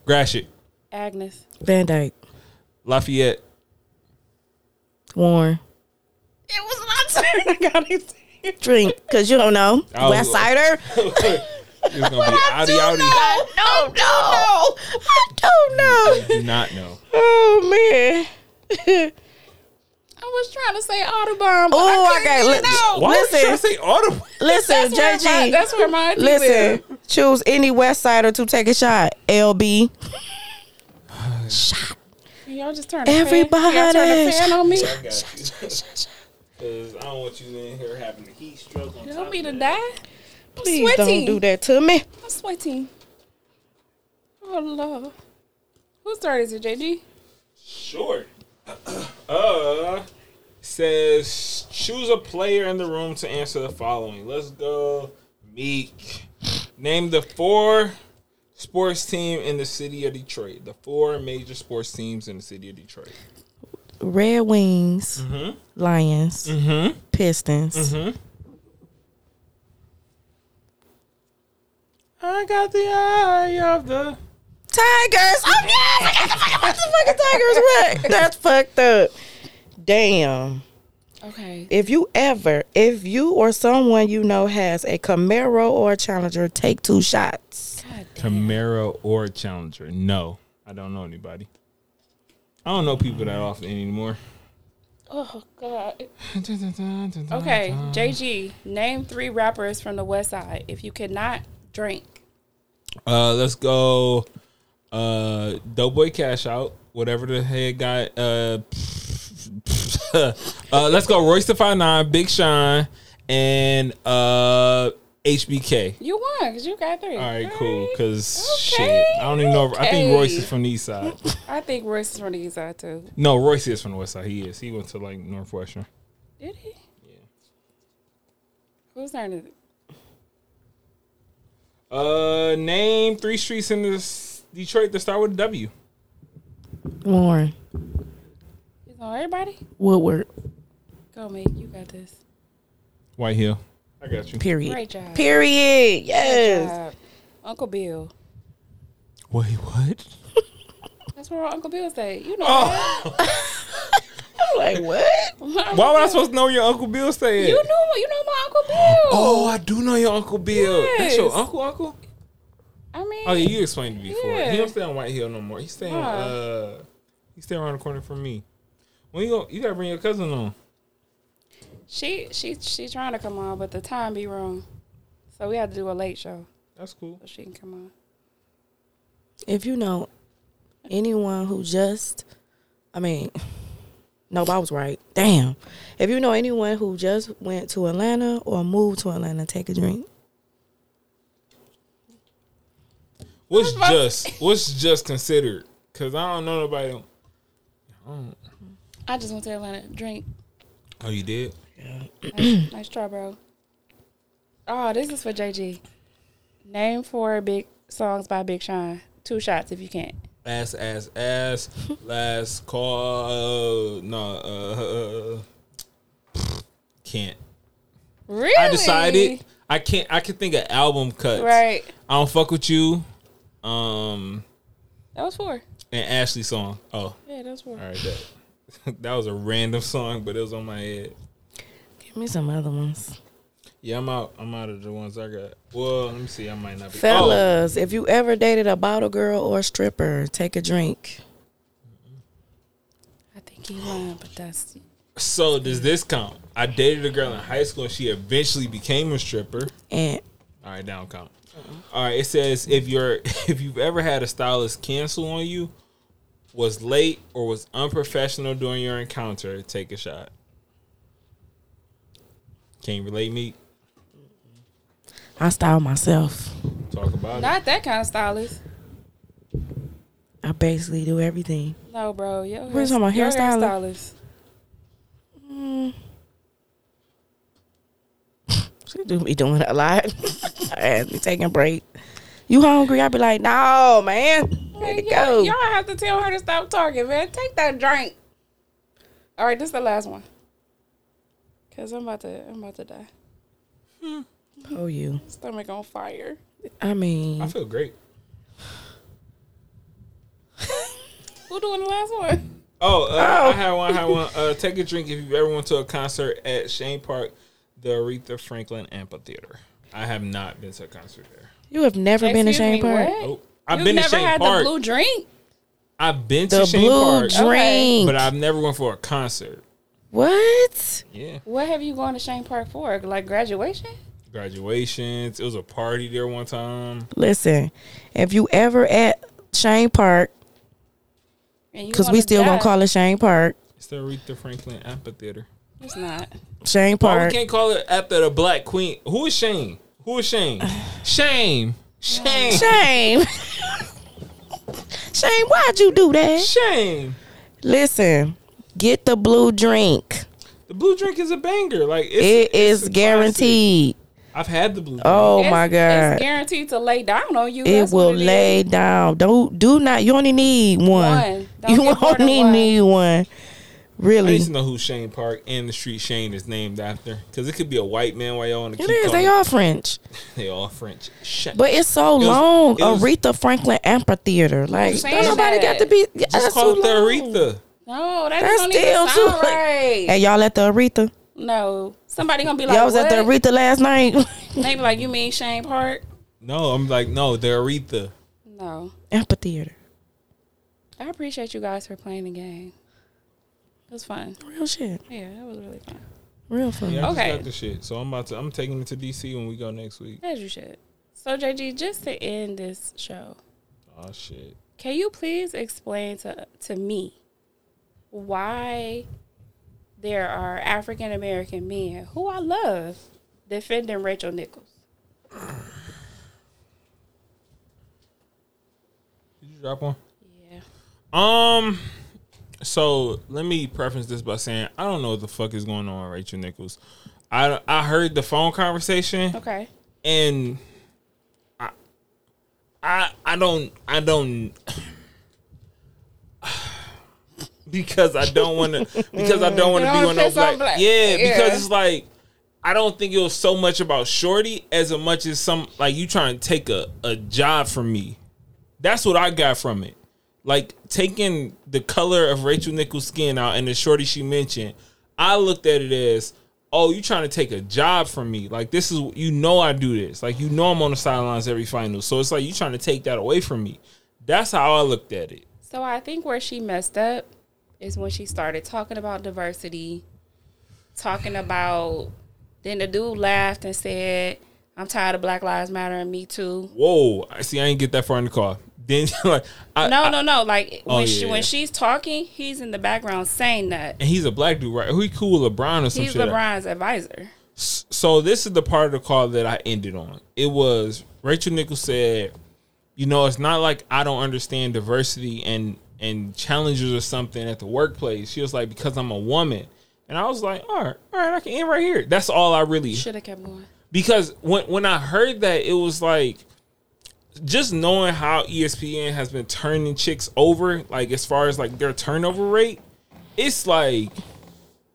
Speaker 5: Gratiot,
Speaker 3: Agnes.
Speaker 4: Van Dyke,
Speaker 5: Lafayette,
Speaker 4: Warren.
Speaker 3: It was my turn. I *laughs* got it.
Speaker 4: Drink, cause you don't know.
Speaker 5: Oh,
Speaker 4: West
Speaker 5: Lord.
Speaker 4: Sider.
Speaker 5: It's gonna be outie outie.
Speaker 4: I don't know. I don't know. *laughs*
Speaker 5: Do not know.
Speaker 4: Oh
Speaker 3: *laughs*
Speaker 4: man.
Speaker 3: I was trying to say Audubon, but
Speaker 4: Oh,
Speaker 3: I
Speaker 4: I got.
Speaker 3: couldn't get it out.
Speaker 5: Why was you trying to
Speaker 4: listen,
Speaker 5: say Audible?
Speaker 4: listen,
Speaker 3: That's where my-
Speaker 4: JG.
Speaker 3: That's where my
Speaker 4: Listen, choose any West Sider to take a shot. LB.
Speaker 3: Y'all just turn the
Speaker 4: Everybody.
Speaker 3: Fan. Y'all turn the fan on me.
Speaker 5: *laughs* Cause I don't want you in here having a heat stroke on
Speaker 3: You want me to die?
Speaker 4: Please
Speaker 3: Sweaty.
Speaker 4: don't do that to me.
Speaker 3: I'm sweating. Oh lord. Whose turn is it, JG?
Speaker 5: Sure. *clears throat* uh, says choose a player in the room to answer the following. Let's go, Meek. Name the four sports team in the city of Detroit. The four major sports teams in the city of Detroit.
Speaker 4: Red Wings, Lions, Pistons.
Speaker 5: I got the eye of the.
Speaker 4: Tigers. Oh yes, I got the fucking, what the fucking Tigers. What? That's fucked up. Damn.
Speaker 3: Okay.
Speaker 4: If you ever, if you or someone you know has a Camaro or a Challenger, take two shots.
Speaker 5: Camaro or Challenger? No, I don't know anybody. I don't know people that often anymore.
Speaker 3: Oh god. Okay, JG, name three rappers from the West Side. If you cannot drink,
Speaker 5: Uh, let's go. Uh, Doughboy Cash Out, whatever the head guy. Uh, *laughs* uh, let's go. Royce the Five Nine, Big Sean, and uh, HBK.
Speaker 3: you won because you got three.
Speaker 5: All right, cool.
Speaker 3: Alright.
Speaker 5: Cause
Speaker 3: Okay,
Speaker 5: shit, I don't even know. I think
Speaker 3: okay.
Speaker 5: Royce is from the East Side.
Speaker 3: I think Royce is from the East Side too.
Speaker 5: No, Royce is from the West Side. He is. He went to like Northwestern.
Speaker 3: Did he? Yeah. Whose turn is it?
Speaker 5: Uh, name three streets in this Detroit that start with a W.
Speaker 4: Warren
Speaker 3: It's on everybody.
Speaker 4: Woodward.
Speaker 3: Go, me. You got this.
Speaker 5: White Hill. I got you.
Speaker 4: Period.
Speaker 3: Great job.
Speaker 4: Period. Yes.
Speaker 3: Uh, Uncle Bill.
Speaker 5: Wait, what?
Speaker 3: That's where Uncle Bill stayed. You know.
Speaker 5: Oh.
Speaker 4: I'm like what?
Speaker 3: that.
Speaker 5: Why would I supposed to know where your Uncle Bill stay at?
Speaker 3: You know, you know my Uncle Bill.
Speaker 5: Oh, I do know your Uncle Bill. That's your
Speaker 3: Yes.
Speaker 5: uncle, uncle?
Speaker 3: I mean,
Speaker 5: Oh, yeah, you explained it before.
Speaker 3: Yeah.
Speaker 5: He don't stay on White Hill no more. He stay on,
Speaker 3: Why?
Speaker 5: uh, he stay around the corner from me. When you go, you gotta bring your cousin on.
Speaker 3: she she she trying to come on, but the time be wrong, so we had to do a late show
Speaker 5: That's cool.
Speaker 3: so she can come on.
Speaker 4: If you know anyone who just, I mean, no, I was right. Damn. If you know anyone who just went to Atlanta or moved to Atlanta, take a drink.
Speaker 5: What's just, what's just considered? Cause I don't know nobody.
Speaker 3: I just went to Atlanta. Drink,
Speaker 5: Oh, you did?
Speaker 3: nice, nice try, bro. Oh, this is for JG. Name four big songs by Big Sean. Two shots if you can't.
Speaker 5: Ass, ass,
Speaker 3: *laughs*
Speaker 5: ass. Last call. Uh, no, uh, can't.
Speaker 3: Really?
Speaker 5: I decided I can't. I can think of album cuts.
Speaker 3: Right.
Speaker 5: I don't fuck with you. Um.
Speaker 3: That was four.
Speaker 5: and Ashley song. Oh,
Speaker 3: Yeah, that was four.
Speaker 5: all right, that *laughs* that was a random song, but it was on my head.
Speaker 4: Give me some other ones.
Speaker 5: Yeah, I'm out. I'm out of the ones I got. Well, let me see. I might not be. Oh,
Speaker 4: Fellas, if you ever dated a bottle girl or a stripper, take a drink.
Speaker 3: I think he won, but that's
Speaker 5: so does this count? I dated a girl in high school, and she eventually became a stripper.
Speaker 4: And
Speaker 5: All right, down count. All right, it says if you're *laughs* if you've ever had a stylist cancel on you, was late or was unprofessional during your encounter, take a shot. Can't relate me.
Speaker 4: I style myself.
Speaker 5: Talk about it.
Speaker 3: not that kind of stylist.
Speaker 4: I basically do everything.
Speaker 3: No, bro. Your hair,
Speaker 4: We're talking about
Speaker 3: your
Speaker 4: hairstyling.
Speaker 3: hairstylist.
Speaker 4: She do be doing a lot. *laughs* I had me taking a break. You hungry? I be like, no, man. Ready to
Speaker 3: y'all,
Speaker 4: go.
Speaker 3: y'all have to tell her to stop talking, man. Take that drink. All right, this is the last one. Cause I'm about to, I'm about to die.
Speaker 4: Oh, you.
Speaker 3: Stomach on fire.
Speaker 4: I mean,
Speaker 5: I feel great.
Speaker 3: Who doing the last *laughs* one?
Speaker 5: Oh, uh, I had one. I had one. Uh, take a drink if you've ever went to a concert at Shane Park, the Aretha Franklin Amphitheater. I have not been to a concert there.
Speaker 4: you have never been to
Speaker 3: Excuse
Speaker 4: Shane
Speaker 3: me,
Speaker 4: Park.
Speaker 3: what?
Speaker 5: Oh, I've
Speaker 3: You've
Speaker 5: been to
Speaker 3: never
Speaker 5: Shane
Speaker 3: had
Speaker 5: Park.
Speaker 3: the blue drink.
Speaker 5: I've been to
Speaker 4: The
Speaker 5: Shane
Speaker 4: blue
Speaker 5: Park,
Speaker 4: drink.
Speaker 5: but I've never went for a concert.
Speaker 4: what?
Speaker 5: Yeah,
Speaker 3: What have you gone to Shane Park for? Like graduation?
Speaker 5: graduations. It was a party there one time.
Speaker 4: Listen, if you ever at Shane Park,
Speaker 3: And you
Speaker 4: because we
Speaker 3: wanna
Speaker 4: still gonna
Speaker 3: die.
Speaker 4: call it Shane Park,
Speaker 5: It's the Aretha Franklin Amphitheater.
Speaker 3: It's not.
Speaker 4: Shane
Speaker 5: Why we
Speaker 4: Park.
Speaker 5: can't call it after the Black Queen? Who is Shane? Who is
Speaker 4: *sighs*
Speaker 5: Shane? Shame. Shame.
Speaker 4: Shane, Shane, why'd you do that?
Speaker 5: Shame.
Speaker 4: Listen, get the blue drink.
Speaker 5: The blue drink is a banger. Like it's,
Speaker 4: It
Speaker 5: it's
Speaker 4: is
Speaker 5: a classic.
Speaker 4: guaranteed.
Speaker 5: I've had the blue. Drink.
Speaker 4: Oh
Speaker 3: It's-
Speaker 4: my
Speaker 3: It's
Speaker 4: god.
Speaker 3: guaranteed to lay down on you.
Speaker 4: It
Speaker 3: That's what
Speaker 4: will
Speaker 3: is.
Speaker 4: lay down. Don't do not. You only need one.
Speaker 3: One. Don't
Speaker 4: you
Speaker 3: get more than
Speaker 4: *laughs* only
Speaker 3: one.
Speaker 4: need one.
Speaker 5: I
Speaker 4: Really,
Speaker 5: used to know who Shane Park and the street Shane is named after because it could be a white man while y'all on the.
Speaker 4: it is. They are French,
Speaker 5: They all French. Shane.
Speaker 4: but it's so
Speaker 5: was-
Speaker 4: long.
Speaker 5: it was-
Speaker 4: Aretha Franklin Amphitheater. Like
Speaker 3: saying
Speaker 4: don't nobody
Speaker 3: that.
Speaker 4: got to be. Yeah,
Speaker 5: just
Speaker 4: that's
Speaker 5: call
Speaker 4: too
Speaker 5: it the
Speaker 4: long.
Speaker 5: Aretha.
Speaker 3: No, that
Speaker 4: That's
Speaker 3: don't even
Speaker 4: still
Speaker 3: sound
Speaker 4: too-
Speaker 3: right.
Speaker 4: Hey, y'all at the Aretha?
Speaker 3: No, somebody gonna be like,
Speaker 4: y'all was
Speaker 3: what?
Speaker 4: at the Aretha last night. *laughs*
Speaker 3: Maybe like you mean Shane Park?
Speaker 5: No, I'm like no, the Aretha.
Speaker 3: No,
Speaker 4: Amphitheater.
Speaker 3: I appreciate you guys for playing the game. It was fun.
Speaker 4: Real shit.
Speaker 3: Yeah, that was really fun.
Speaker 4: Real fun.
Speaker 5: Yeah, I
Speaker 3: Okay.
Speaker 5: just got the shit. So I'm about to. I'm taking it to DC when we go next week.
Speaker 3: As you should. So JG, just to end this show,
Speaker 5: Oh shit.
Speaker 3: can you please explain to to me why there are African American men who I love defending Rachel Nichols?
Speaker 5: Did you drop one?
Speaker 3: Yeah.
Speaker 5: Um. So let me preface this by saying I don't know what the fuck is going on with Rachel Nichols. I I heard the phone conversation.
Speaker 3: Okay.
Speaker 5: and I, I, I don't, I don't, *sighs* because I don't
Speaker 3: *laughs*
Speaker 5: want to, because I don't want to
Speaker 3: You
Speaker 5: be
Speaker 3: don't
Speaker 5: one of those
Speaker 3: piss on
Speaker 5: like,
Speaker 3: black-
Speaker 5: yeah,
Speaker 3: yeah.
Speaker 5: because it's like, I don't think it was so much about Shorty as much as some like you trying to take a a job from me. That's what I got from it. Like taking the color of Rachel Nichols' skin out and the shorty she mentioned, I looked at it as, oh, you trying to take a job from me. Like this is you know I do this. Like you know I'm on the sidelines every final. So it's like you trying to take that away from me. That's how I looked at it.
Speaker 3: So I think where she messed up is when she started talking about diversity, talking about. Then the dude laughed and said, "I'm tired of Black Lives Matter and Me Too."
Speaker 5: Whoa, I see I didn't get that far in the car. *laughs* Then like I,
Speaker 3: No,
Speaker 5: I-
Speaker 3: no, no. Like when
Speaker 5: Oh,
Speaker 3: she
Speaker 5: yeah.
Speaker 3: when she's talking, he's in the background saying that
Speaker 5: and he's a black dude, right? Who he cool LeBron or some
Speaker 3: he's
Speaker 5: shit?
Speaker 3: LeBron's advisor.
Speaker 5: so this is the part of the call that I ended on. It was Rachel Nichols said, "You know, it's not like I don't understand diversity and and challenges or something at the workplace." She was like, "Because I'm a woman," and I was like, "All right, all right, I can end right here." That's all I really
Speaker 3: Should have kept going.
Speaker 5: because when when I heard that, it was like just knowing how E ESPN has been turning chicks over, like as far as like their turnover rate, it's like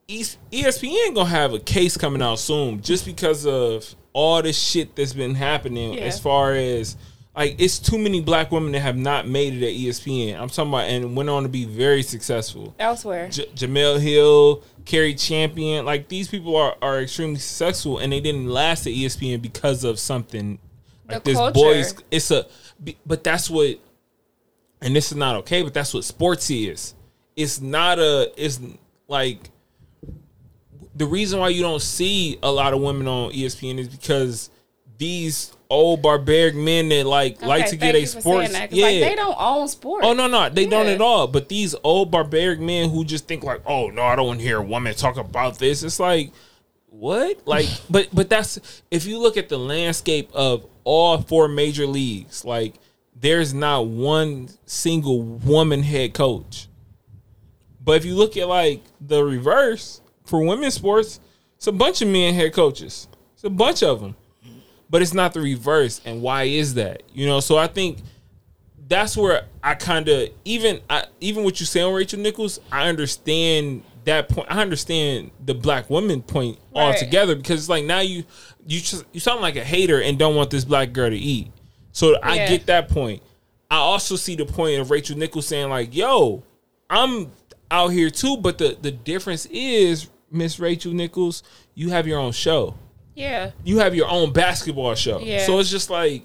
Speaker 5: E Es- ESPN gonna have a case coming out soon just because of all this shit that's been happening
Speaker 3: Yeah.
Speaker 5: as far as like it's too many black women that have not made it at E ESPN. I'm talking about and went on to be very successful.
Speaker 3: Elsewhere,
Speaker 5: J- Jamel Hill, Kerry Champion. Like these people are, are extremely successful, and they didn't last at E ESPN because of something like
Speaker 3: The
Speaker 5: this.
Speaker 3: culture.
Speaker 5: Boys, it's a b- but that's what, and this is not okay. But that's what sports is. It's not a. It's like the reason why you don't see a lot of women on E ESPN is because these old barbaric men that like like
Speaker 3: Okay,
Speaker 5: to
Speaker 3: thank
Speaker 5: get a
Speaker 3: you for saying
Speaker 5: sports.
Speaker 3: that, 'cause,
Speaker 5: yeah.
Speaker 3: like, they don't own sports.
Speaker 5: Oh no, no, they don't
Speaker 3: Yeah.
Speaker 5: at all. But these old barbaric men who just think like, oh no, I don't want to hear a woman talk about this. It's like, what? Like, but but that's if you look at the landscape of all four major leagues, like there's not one single woman head coach. But if you look at like the reverse for women's sports, it's a bunch of men head coaches. It's a bunch of them. But it's not the reverse, and why is that? You know, so I think that's where I kind of even I even what you say on Rachel Nichols, I understand that point. I understand the black woman point
Speaker 3: Right.
Speaker 5: altogether because it's like now you you just you sound like a hater and don't want this black girl to eat. So I
Speaker 3: Yeah.
Speaker 5: get that point. I also see the point of Rachel Nichols saying like, "Yo, I'm out here too," but the the difference is Miss Rachel Nichols, you have your own show.
Speaker 3: Yeah.
Speaker 5: You have your own basketball show.
Speaker 3: Yeah.
Speaker 5: So it's just like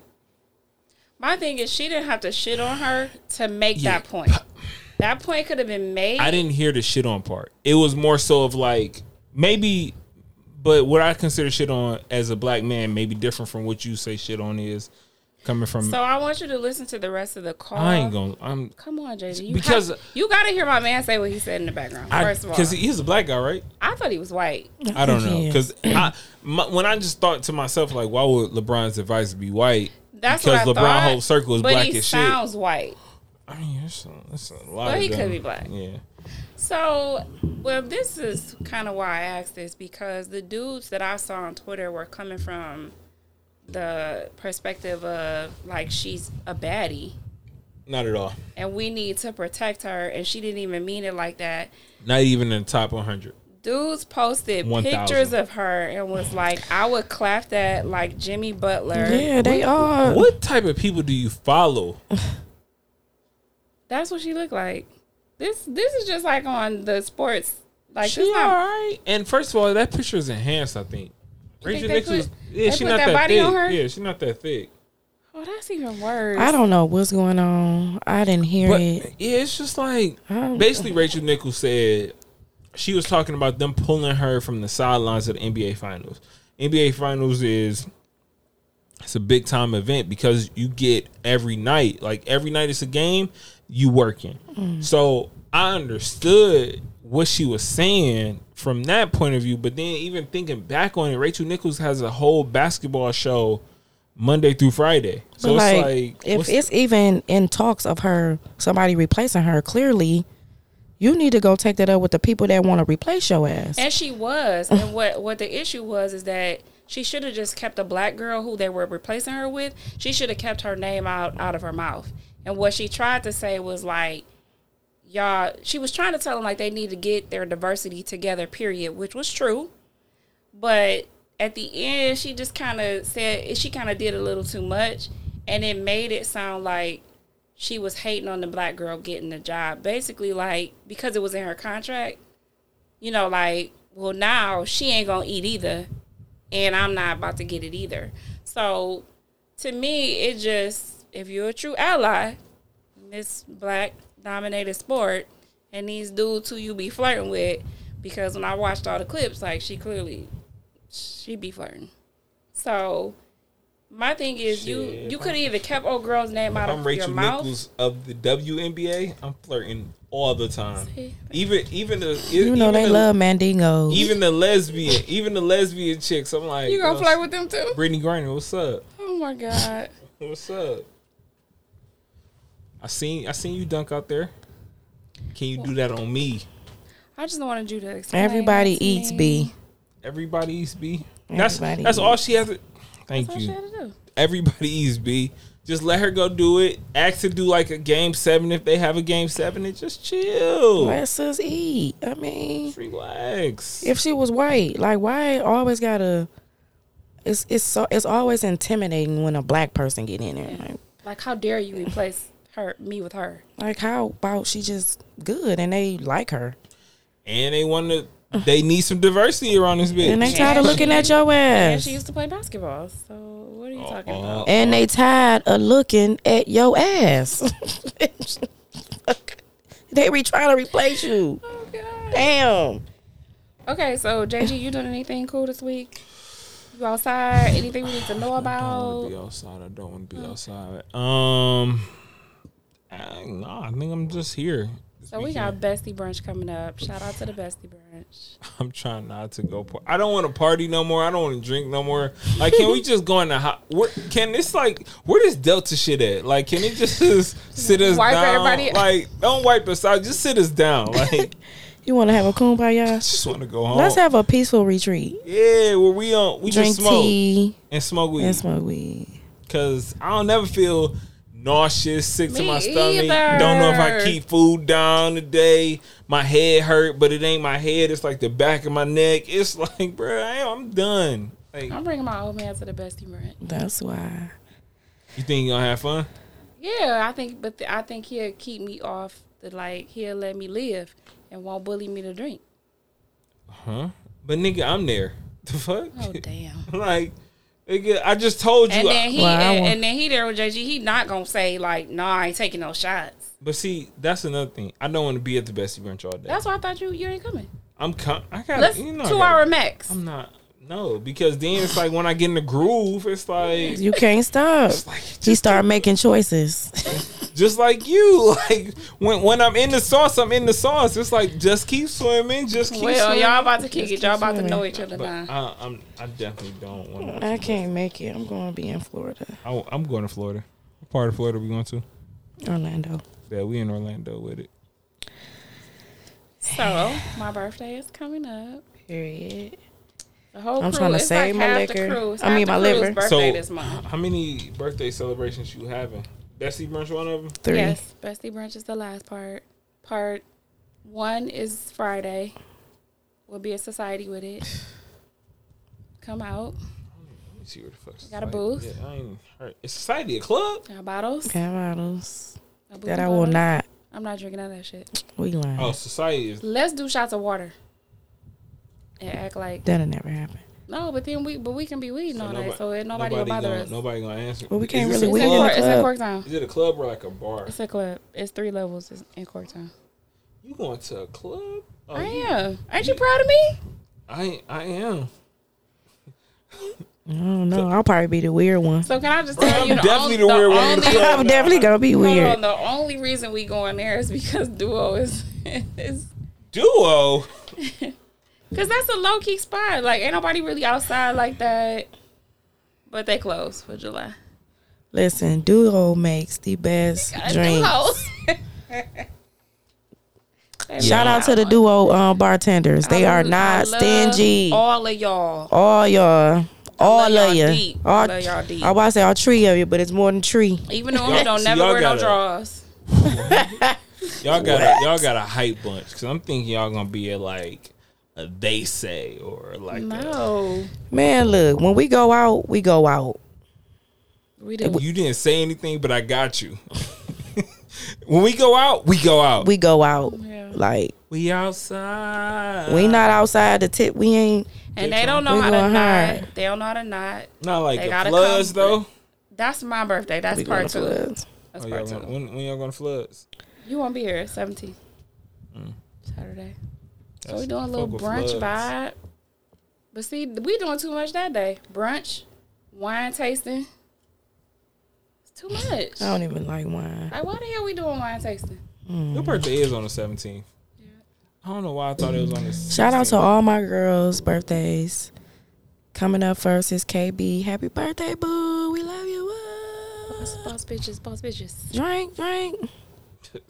Speaker 3: My thing is, she didn't have to shit on her to make
Speaker 5: Yeah.
Speaker 3: that point. That point could have been made.
Speaker 5: I didn't hear the shit on part. It was more so of like maybe, but what I consider shit on as a black man may be different from what you say shit on is coming from.
Speaker 3: So uh, I want you to listen to the rest of the call.
Speaker 5: I ain't gonna. I'm
Speaker 3: Come on, JJ. You
Speaker 5: Because-
Speaker 3: because you got to hear my man say what he said in the background. First of all,
Speaker 5: because he's a black guy, right?
Speaker 3: I thought he was white.
Speaker 5: I don't know
Speaker 4: he
Speaker 5: because I my, when I just thought to myself like, why would LeBron's advice be white?
Speaker 3: That's
Speaker 5: because
Speaker 3: what I
Speaker 5: LeBron
Speaker 3: thought.
Speaker 5: whole circle is
Speaker 3: but
Speaker 5: black
Speaker 3: he
Speaker 5: as shit.
Speaker 3: sounds white.
Speaker 5: I mean, that's a, that's a lot.
Speaker 3: Well,
Speaker 5: of
Speaker 3: he could
Speaker 5: them.
Speaker 3: be black.
Speaker 5: Yeah,
Speaker 3: So, well, this is kind of why I asked this because the dudes that I saw on Twitter were coming from the perspective of like she's a baddie
Speaker 5: not at all.
Speaker 3: and we need to protect her, and she didn't even mean it like that.
Speaker 5: Not even in the top 100.
Speaker 3: Dudes posted
Speaker 5: 1,000.
Speaker 3: pictures of her and was like, "I would clap that like Jimmy Butler."
Speaker 4: Yeah, they are.
Speaker 5: What type of people do you follow?
Speaker 3: That's what she looked like. This this is just like on the sports. Like
Speaker 5: She
Speaker 3: this
Speaker 5: all
Speaker 3: not-
Speaker 5: right. And first of all, that picture is enhanced. I think. Rachel
Speaker 3: they
Speaker 5: Nichols.
Speaker 3: put-
Speaker 5: Yeah,
Speaker 3: they
Speaker 5: she's
Speaker 3: put
Speaker 5: not that,
Speaker 3: that body
Speaker 5: thick.
Speaker 3: on her?
Speaker 5: Yeah, she's not that thick.
Speaker 3: Oh, that's even worse.
Speaker 4: I don't know what's going on. I didn't hear
Speaker 5: But yeah,
Speaker 4: it.
Speaker 5: it's just like
Speaker 4: don't-
Speaker 5: basically Rachel Nichols said she was talking about them pulling her from the sidelines of the NBA Finals. NBA Finals is it's a big time event because you get every night, like every night it's a game, you working.
Speaker 4: Mm.
Speaker 5: So I understood what she was saying from that point of view, but then even thinking back on it, Rachel Nichols has a whole basketball show Monday through Friday. So
Speaker 4: But
Speaker 5: it's
Speaker 4: like,
Speaker 5: like,
Speaker 4: if
Speaker 5: what's-
Speaker 4: it's even in talks of her somebody replacing her, clearly you need to go take that up with the people that want to replace your ass.
Speaker 3: And she was. And what what the issue was is that she should have just kept the black girl who they were replacing her with. She should have kept her name out out of her mouth. And what she tried to say was like, y'all. She was trying to tell them like they need to get their diversity together. Period, which was true. But at the end, she just kind of said she kind of did a little too much, and it made it sound like she was hating on the black girl getting the job. Basically, like because it was in her contract, you know, like, well, now she ain't gonna eat either, and I'm not about to get it either. So, to me, it just if you're a true ally, in this black dominated sport, and these dudes who you be flirting with, because when I watched all the clips, like she clearly she be flirting. So, my thing is, you
Speaker 5: Shit.
Speaker 3: you could have either kept old girl's name out
Speaker 5: I'm
Speaker 3: of
Speaker 5: Rachel
Speaker 3: your mouth.
Speaker 5: Nichols of the WNBA. I'm flirting all the time.
Speaker 3: See?
Speaker 5: Even even the e-
Speaker 4: you know
Speaker 5: even
Speaker 4: they
Speaker 5: the,
Speaker 4: love Mandingo.
Speaker 5: even the lesbian even the lesbian chicks. I'm like uh,
Speaker 3: You gonna flirt with them too?
Speaker 5: Brittany Griner? What's up?
Speaker 3: Oh my god.
Speaker 5: What's up? I seen I seen you dunk out there. Can you do that on me?
Speaker 3: I just wanted you to explain.
Speaker 4: Everybody
Speaker 3: that to
Speaker 4: eats
Speaker 3: me.
Speaker 4: B.
Speaker 5: Everybody eats B. That's
Speaker 4: Everybody
Speaker 5: that's all she has. To, thank
Speaker 3: That's all
Speaker 5: you.
Speaker 3: she had to do.
Speaker 5: Everybody eats B. Just let her go do it. Ask to do like a game seven if they have a game seven, and just chill.
Speaker 4: Let sis eat. I mean,
Speaker 5: Relax.
Speaker 4: if she was white, like why always gotta? It's it's so it's always intimidating when a black person get in there. Like,
Speaker 3: Like, how dare you replace her, me with her?
Speaker 4: like how about she just good and they like her
Speaker 5: and they want to. They need some diversity around this bitch.
Speaker 4: and they tired of looking at your
Speaker 3: And
Speaker 4: ass
Speaker 3: she used to play basketball. So, what are you talking
Speaker 5: Uh-huh. Oh,
Speaker 3: about?
Speaker 4: and they tired of looking at your ass. *laughs* they be trying to replace you.
Speaker 3: Oh, God.
Speaker 4: Damn.
Speaker 3: Okay, so JG, you doing anything cool this week? You outside? Anything we need to know
Speaker 5: I don't want to
Speaker 3: about?
Speaker 5: be outside. I don't want to be outside. Um, I, nah, I think I'm just here. *laughs* this
Speaker 3: So we
Speaker 5: weekend.
Speaker 3: got bestie brunch coming up. Shout out to the bestie brunch.
Speaker 5: I'm trying not to go. Par- I don't want to party no more. I don't want to drink no more. Like, can we just go in the hot? Where, can this like where this Delta shit at? Like, can it just, *laughs* sit us
Speaker 3: Wipe
Speaker 5: down?
Speaker 3: everybody-
Speaker 5: Like, don't wipe us out. Just sit us down. *laughs* Like,
Speaker 4: You want to have a kumbaya?
Speaker 5: just want to go home.
Speaker 4: Let's have a peaceful retreat.
Speaker 5: yeah, where we on? We
Speaker 4: Drink
Speaker 5: just smoke
Speaker 4: tea
Speaker 5: and smoke weed.
Speaker 4: and smoke weed.
Speaker 5: Cause I don't never feel nauseous, sick to
Speaker 8: Me
Speaker 5: my stomach.
Speaker 8: either.
Speaker 5: Don't know if I keep food down today. My head hurt, but it ain't my head. It's like the back of my neck. It's *laughs* like, bro, I'm done. Like,
Speaker 3: I'm bringing my old man to the best he rent.
Speaker 4: That's why.
Speaker 5: you think you gonna have fun?
Speaker 3: Yeah, I think, but I think he'll keep me off the like. He'll let me live and won't bully me to drink.
Speaker 5: Huh? But nigga, I'm there. *laughs* The fuck?
Speaker 3: Oh damn!
Speaker 5: *laughs* like, nigga, I just told you. *laughs*
Speaker 3: And then he
Speaker 4: Well, I
Speaker 3: and,
Speaker 4: won't.
Speaker 3: and then he there with JG. He not gonna say like, "Nah, I ain't taking no shots."
Speaker 5: but see, that's another thing. I don't want to be at the best event all day.
Speaker 3: That's why I thought you you ain't coming.
Speaker 5: I'm com- I got
Speaker 3: Let's
Speaker 5: you know, I
Speaker 3: two
Speaker 5: gotta-
Speaker 3: hour max.
Speaker 5: I'm not. No, because then it's like when I get in the groove,
Speaker 3: *sighs*
Speaker 5: it's like
Speaker 4: You can't stop. He started making choices.
Speaker 5: just like you. *laughs* Like when when I'm in the sauce, I'm in the sauce. It's like just keep swimming, just keep
Speaker 3: Well,
Speaker 5: swimming.
Speaker 3: y'all about to kick it. Y'all about to
Speaker 4: swimming.
Speaker 3: know each other
Speaker 5: But
Speaker 3: now.
Speaker 5: I, I'm I definitely don't want. to.
Speaker 4: *laughs* I can't make it. I'm going to be in Florida,
Speaker 5: I, I'm going to Florida. What part of Florida we going to?
Speaker 4: Orlando.
Speaker 5: Yeah, we in Orlando with it.
Speaker 3: So my birthday is coming up.
Speaker 4: Period.
Speaker 3: The whole
Speaker 4: I'm
Speaker 3: crew,
Speaker 4: tryna
Speaker 3: it's like
Speaker 4: save my
Speaker 3: half
Speaker 4: liquor.
Speaker 3: The crew. It's
Speaker 4: I
Speaker 3: half
Speaker 4: mean, my
Speaker 3: the crew's
Speaker 4: liver.
Speaker 3: Birthday
Speaker 5: So-
Speaker 3: this month.
Speaker 5: How many birthday celebrations you having? Bestie brunch one of them.
Speaker 4: Three.
Speaker 3: Yes, bestie brunch is the last part. Part one is Friday. We'll be a society with it. Come out,
Speaker 5: Let me see where the fuck.
Speaker 3: Got a
Speaker 5: Society-
Speaker 3: booth?
Speaker 5: Yeah, I ain't heard. Is society a club?
Speaker 3: got bottles.
Speaker 4: Got bottles.
Speaker 3: got boozy
Speaker 4: That I will
Speaker 3: bottles.
Speaker 4: not.
Speaker 3: I'm not drinking none of that shit.
Speaker 4: We lying.
Speaker 5: Oh, society is.
Speaker 3: Let's do shots of water. And act like
Speaker 4: That'll never happen.
Speaker 3: no, but then we but we can be weeding all night, so it, nobody, will bother
Speaker 5: gonna,
Speaker 3: us.
Speaker 5: Nobody gonna answer.
Speaker 4: Well, we
Speaker 5: Is
Speaker 4: can't
Speaker 5: this
Speaker 4: really
Speaker 5: a
Speaker 3: It's,
Speaker 4: weed
Speaker 3: in
Speaker 5: club?
Speaker 4: in
Speaker 3: Cork,
Speaker 4: a
Speaker 3: it's in
Speaker 4: club.
Speaker 3: Cork Town.
Speaker 5: Is it a club or like a bar?
Speaker 3: It's a club. It's three levels It's in Cork Town.
Speaker 5: You going to a club? Oh,
Speaker 3: I
Speaker 5: you-
Speaker 3: am. Ain't you proud of me?
Speaker 5: I I am.
Speaker 4: I don't know. I'll probably be the weird
Speaker 3: *laughs*
Speaker 4: one.
Speaker 3: So can I just tell
Speaker 5: I'm
Speaker 3: you the
Speaker 5: definitely
Speaker 3: only,
Speaker 5: the
Speaker 3: the
Speaker 5: weird one in the
Speaker 3: only-
Speaker 5: club.
Speaker 4: I'm definitely gonna be
Speaker 3: Hold
Speaker 4: *laughs* weird.
Speaker 3: on, the only reason we going there is because Duo is *laughs* is
Speaker 5: Duo.
Speaker 3: because that's a low key spot. Like ain't nobody really outside like that. But they close for July.
Speaker 4: Listen, Duo makes the best drink. Shout out to the Duo um, bartenders. They are not stingy. All,
Speaker 3: All of y'all.
Speaker 4: y'all. All
Speaker 3: y'all
Speaker 4: of you.
Speaker 3: deep. I
Speaker 4: All
Speaker 3: love y'all deep.
Speaker 4: I want to say all three of you, but it's more than three.
Speaker 3: Even the
Speaker 5: Y'all-
Speaker 3: women don't
Speaker 5: see,
Speaker 3: never
Speaker 5: y'all
Speaker 3: wear no
Speaker 5: gotta-
Speaker 3: drawers.
Speaker 5: Y'all got a, y'all got a hype bunch because I'm thinking y'all gonna be at like a they say or like a-
Speaker 3: No,
Speaker 4: Man, look, when we go out, we go out.
Speaker 3: we do.
Speaker 5: you didn't say anything, but I got you. *laughs* when we go out, we go out. We,
Speaker 4: We go out.
Speaker 3: Yeah.
Speaker 4: Like
Speaker 5: outside.
Speaker 4: we not outside the tip. We ain't.
Speaker 3: And they don't know
Speaker 4: We
Speaker 3: how to
Speaker 4: going
Speaker 3: knot.
Speaker 4: hard.
Speaker 3: They don't know how to knot.
Speaker 5: not like
Speaker 3: They
Speaker 5: the
Speaker 3: gotta
Speaker 5: floods
Speaker 3: come-
Speaker 5: though.
Speaker 3: That's my birthday. That's
Speaker 4: We
Speaker 3: part
Speaker 4: going
Speaker 3: two.
Speaker 4: to clubs.
Speaker 3: That's
Speaker 5: Oh, y'all
Speaker 3: part two.
Speaker 5: gonna, when, when y'all going to floods?
Speaker 3: You won't be here. Seventeen.
Speaker 5: Mm.
Speaker 3: Saturday. So we doing a little
Speaker 5: fuck with
Speaker 3: brunch
Speaker 5: floods.
Speaker 3: vibe. But see, we doing too much that day. Brunch, wine tasting. It's too much.
Speaker 4: I don't even like wine.
Speaker 3: Like, why the hell we doing wine tasting?
Speaker 5: Your birthday is on the 17th. I don't know why I thought it was on the.
Speaker 4: Shout out to
Speaker 5: 16th.
Speaker 4: all my girls' birthdays. Coming up first is KB. Happy birthday, boo. We love you. Woo.
Speaker 3: Boss bitches, boss bitches.
Speaker 4: Drink, drink.
Speaker 5: *laughs*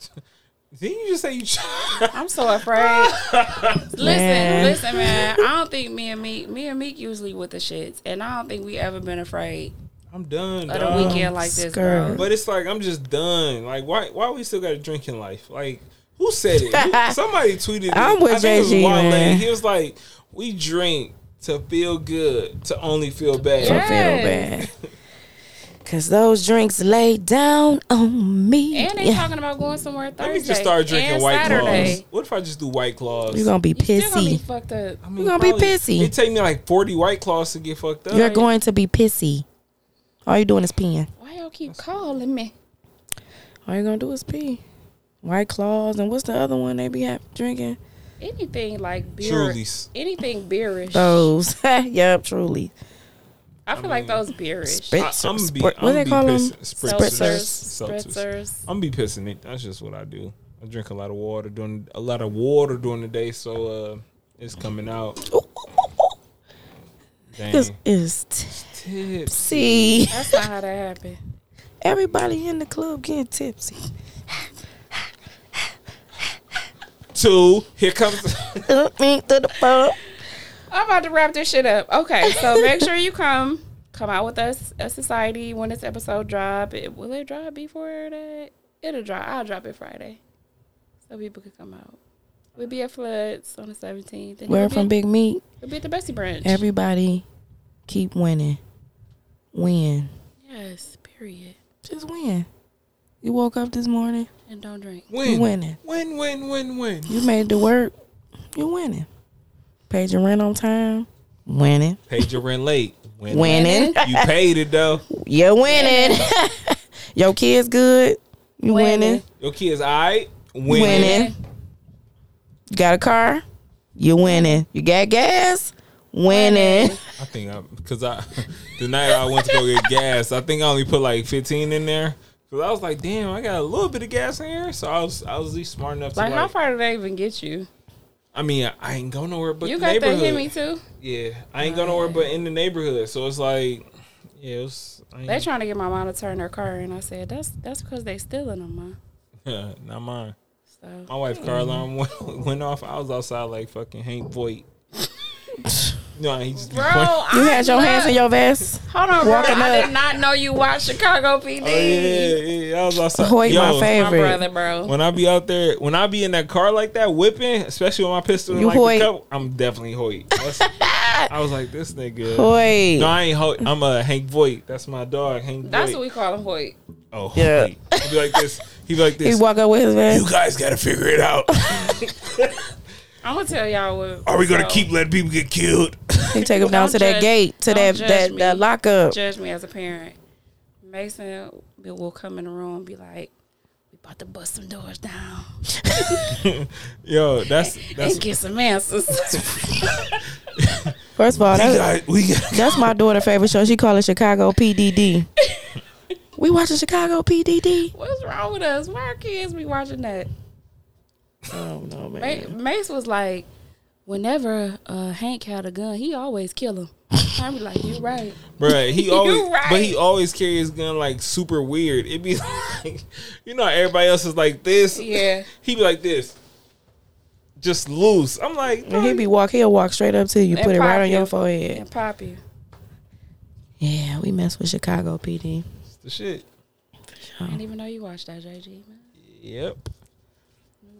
Speaker 5: Didn't you just say you?
Speaker 3: I'm so
Speaker 5: *laughs*
Speaker 3: afraid. listen,
Speaker 4: Man.
Speaker 3: listen, man. I don't think me and Meek, me and Meek usually with the shits, and I don't think we ever been afraid
Speaker 5: I'm done.
Speaker 3: of
Speaker 5: dawg.
Speaker 3: the weekend like this, bro.
Speaker 4: skirt.
Speaker 5: But it's like I'm just done. Like why? Why we still got a drinking life? Like who said
Speaker 4: *laughs*
Speaker 5: it? Who- somebody tweeted.
Speaker 4: I'm
Speaker 5: it.
Speaker 4: with
Speaker 5: I think it was
Speaker 4: JG,
Speaker 5: Wale.
Speaker 4: man.
Speaker 5: He was like, "We drink to feel good, to only feel bad."
Speaker 4: I
Speaker 3: Yeah.
Speaker 4: feel bad. Cause those drinks lay down on me.
Speaker 3: And they talking about going somewhere Thursday.
Speaker 5: Let me just start drinking
Speaker 3: and
Speaker 5: White
Speaker 3: Saturday.
Speaker 5: Claws. What if I just do White Claws?
Speaker 4: You're gonna be
Speaker 3: You still gonna be
Speaker 4: pissy.
Speaker 3: fucked up.
Speaker 5: I mean,
Speaker 4: you gonna be
Speaker 5: probably-
Speaker 4: pissy.
Speaker 5: It take me like 40 White Claws to get fucked up.
Speaker 4: You're going to be pissy. All you doing is peeing.
Speaker 3: Why y'all keep calling me?
Speaker 4: All you gonna do is pee. White claws and what's the other one they be ha- drinking?
Speaker 3: Anything like beer,
Speaker 5: Trulies.
Speaker 3: anything beerish.
Speaker 4: *laughs* Those. yep, truly.
Speaker 3: I feel like those beerish.
Speaker 5: I,
Speaker 4: Spritz,
Speaker 5: I'm gonna be.
Speaker 4: spr-
Speaker 5: I'm
Speaker 4: what they
Speaker 5: be
Speaker 4: call them?
Speaker 5: pissing-
Speaker 3: Spritzers, spritzers.
Speaker 5: I'm be pissing it. That's just what I do. I drink a lot of water during a lot of water during the day, so uh, it's coming out.
Speaker 4: This
Speaker 5: Dang.
Speaker 4: is
Speaker 5: Tips.
Speaker 4: tipsy.
Speaker 3: That's not how that happened.
Speaker 4: Everybody in the club getting *laughs* tipsy.
Speaker 5: Two. Here comes.
Speaker 4: Up me to the pub.
Speaker 3: I'm about to wrap this shit up. Okay, so make sure you come. come out with us a society when this episode drop. It, will it drop before that? It'll drop. I'll drop it Friday, so people can come out. We'll be at Floods on the seventeenth.
Speaker 4: Word from Big Meat.
Speaker 3: We'll be at the Bessie Branch.
Speaker 4: Everybody keep winning. Win.
Speaker 3: yes, period.
Speaker 4: Just win. You woke up this morning,
Speaker 3: And don't drink.
Speaker 4: you
Speaker 5: *laughs* Win, win,
Speaker 4: winning.
Speaker 5: win, win, win, win.
Speaker 4: You made it to work, you winning. Paid your rent on time, winning.
Speaker 5: Paid your rent late. Win.
Speaker 4: Winning.
Speaker 5: You paid it though.
Speaker 4: You're winning. *laughs* your kids good, you winning.
Speaker 3: Winning.
Speaker 5: Your kids, all right. Win.
Speaker 4: Winning. You got a car, you winning. You got gas, winning.
Speaker 5: I think I because I *laughs* the night I went to go get gas, I think I only put like fifteen in there because I was like, damn, I got a little bit of gas in here, so I was I was at least smart enough to
Speaker 3: Like,
Speaker 5: like.
Speaker 3: how far did they even get you?
Speaker 5: I mean, I, I ain't go nowhere but
Speaker 3: You
Speaker 5: the
Speaker 3: got that
Speaker 5: neighborhood.
Speaker 3: hit me too.
Speaker 5: Yeah, I ain't go nowhere but in the neighborhood, so it's like, yeah, it was. I
Speaker 3: They
Speaker 5: ain't,
Speaker 3: trying to get my mom to turn her car, and I said that's that's because they stealing them, ma.
Speaker 5: *laughs* not mine.
Speaker 3: So
Speaker 5: My wife car alarm went, *laughs* went off. I was outside like fucking Hank Voigt. *laughs* no, he just Oh,
Speaker 3: bro, I
Speaker 4: You had your hands in your vest.
Speaker 3: Hold on, bro.
Speaker 4: Walking
Speaker 3: I
Speaker 4: up.
Speaker 3: did not know you watched Chicago PD.
Speaker 5: Oh, yeah, yeah, yeah, I was outside.
Speaker 4: Hoyt,
Speaker 5: Yo,
Speaker 4: my
Speaker 3: My
Speaker 4: favorite.
Speaker 3: brother, bro.
Speaker 5: When I be out there, when I be in that car like that, whipping, especially with my pistol, in
Speaker 4: You
Speaker 5: like the
Speaker 4: Hoyt.
Speaker 5: cup, I'm definitely Hoyt. That's-
Speaker 4: *laughs*
Speaker 5: I was like, this nigga.
Speaker 4: Hoyt.
Speaker 5: No, I ain't Hoyt. I'm a Hank Voigt. That's my dog, Hank
Speaker 3: That's what
Speaker 5: Voigt.
Speaker 3: we call him Hoyt.
Speaker 5: oh,
Speaker 4: Yeah.
Speaker 5: Hoyt. He be like this. He be like
Speaker 4: He
Speaker 5: this.
Speaker 4: walk up with his vest.
Speaker 5: You guys gotta figure it out.
Speaker 3: I'm gonna tell y'all what.
Speaker 5: Are we gonna
Speaker 3: so,
Speaker 5: keep letting people
Speaker 4: *laughs*
Speaker 5: get killed?
Speaker 4: He take him down
Speaker 3: Don't
Speaker 4: to
Speaker 3: judge-
Speaker 4: that gate, to
Speaker 3: don't
Speaker 4: that
Speaker 3: judge
Speaker 4: that,
Speaker 3: me.
Speaker 4: that lockup.
Speaker 3: Judge me as a parent. Mason will come in the room and be like, "We about to bust some doors down
Speaker 5: Yo, that's that's.
Speaker 3: and get some answers." *laughs*
Speaker 4: First of all,
Speaker 5: We
Speaker 4: that,
Speaker 5: got, we got,
Speaker 4: *laughs* that's my daughter's favorite show. She call it
Speaker 3: *laughs*
Speaker 4: Chicago PDD. we watching Chicago PDD.
Speaker 3: What's wrong with us? Why our kids be watching that?
Speaker 4: Oh no, man.
Speaker 3: Ma- Mace was like, "Whenever uh, Hank had a gun, he always kill him." *laughs* I be like, "You right."
Speaker 5: Bruh, he
Speaker 3: *laughs* You
Speaker 5: always,
Speaker 3: right.
Speaker 5: but he always carry his gun like super weird. It be *laughs* like, you know, how everybody else is like this.
Speaker 3: Yeah.
Speaker 5: *laughs* he be like this, just loose. I'm like,
Speaker 4: And he be walk. He'll walk straight up to you.
Speaker 3: And
Speaker 4: Put it right
Speaker 3: pop
Speaker 4: on your
Speaker 3: you.
Speaker 4: forehead.
Speaker 3: And pop you.
Speaker 4: Yeah, we mess with Chicago PD.
Speaker 5: "That's the shit.
Speaker 3: I didn't even know you watched that, JG. Man.
Speaker 5: Yep.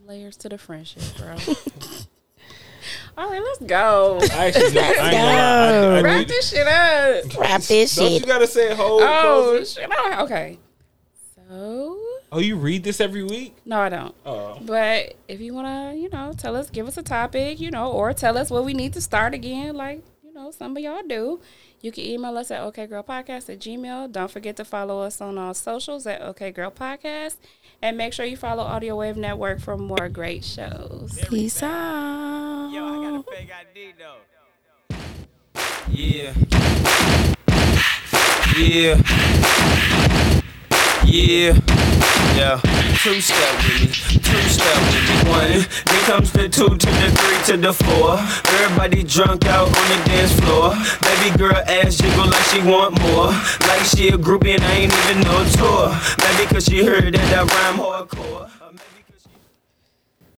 Speaker 3: Layers to the friendship, bro. All right, let's go.
Speaker 5: I actually don't, I ain't gonna lie. I- I
Speaker 3: Wrap
Speaker 5: do-
Speaker 3: this shit up.
Speaker 4: Wrap this
Speaker 5: Don't you
Speaker 4: shit.
Speaker 5: gotta say whole?
Speaker 3: Oh
Speaker 5: Oh,
Speaker 3: shit! I- Okay. So
Speaker 5: oh, you read this every week?
Speaker 3: no, I don't.
Speaker 5: Oh,
Speaker 3: But if you wanna, you know, tell us, give us a topic, you know, or tell us what we need to start again, like you know, some of y'all do. You can email us at okgirlpodcast at gmail. Don't forget to follow us on all socials at okgirlpodcast, and make sure you follow Audio Wave Network for more great shows.
Speaker 4: Peace out.
Speaker 8: Yo, I got a fake ID though. Yeah. Yeah. Yeah. Yeah. Two step with me. Two step with me. One. Then comes the two to the three to the four. Everybody drunk out on the dance floor. Baby girl ass jiggle like she want more. Like she a groupie and I ain't even no tour. Maybe cause she heard that I rhyme hardcore. Or maybe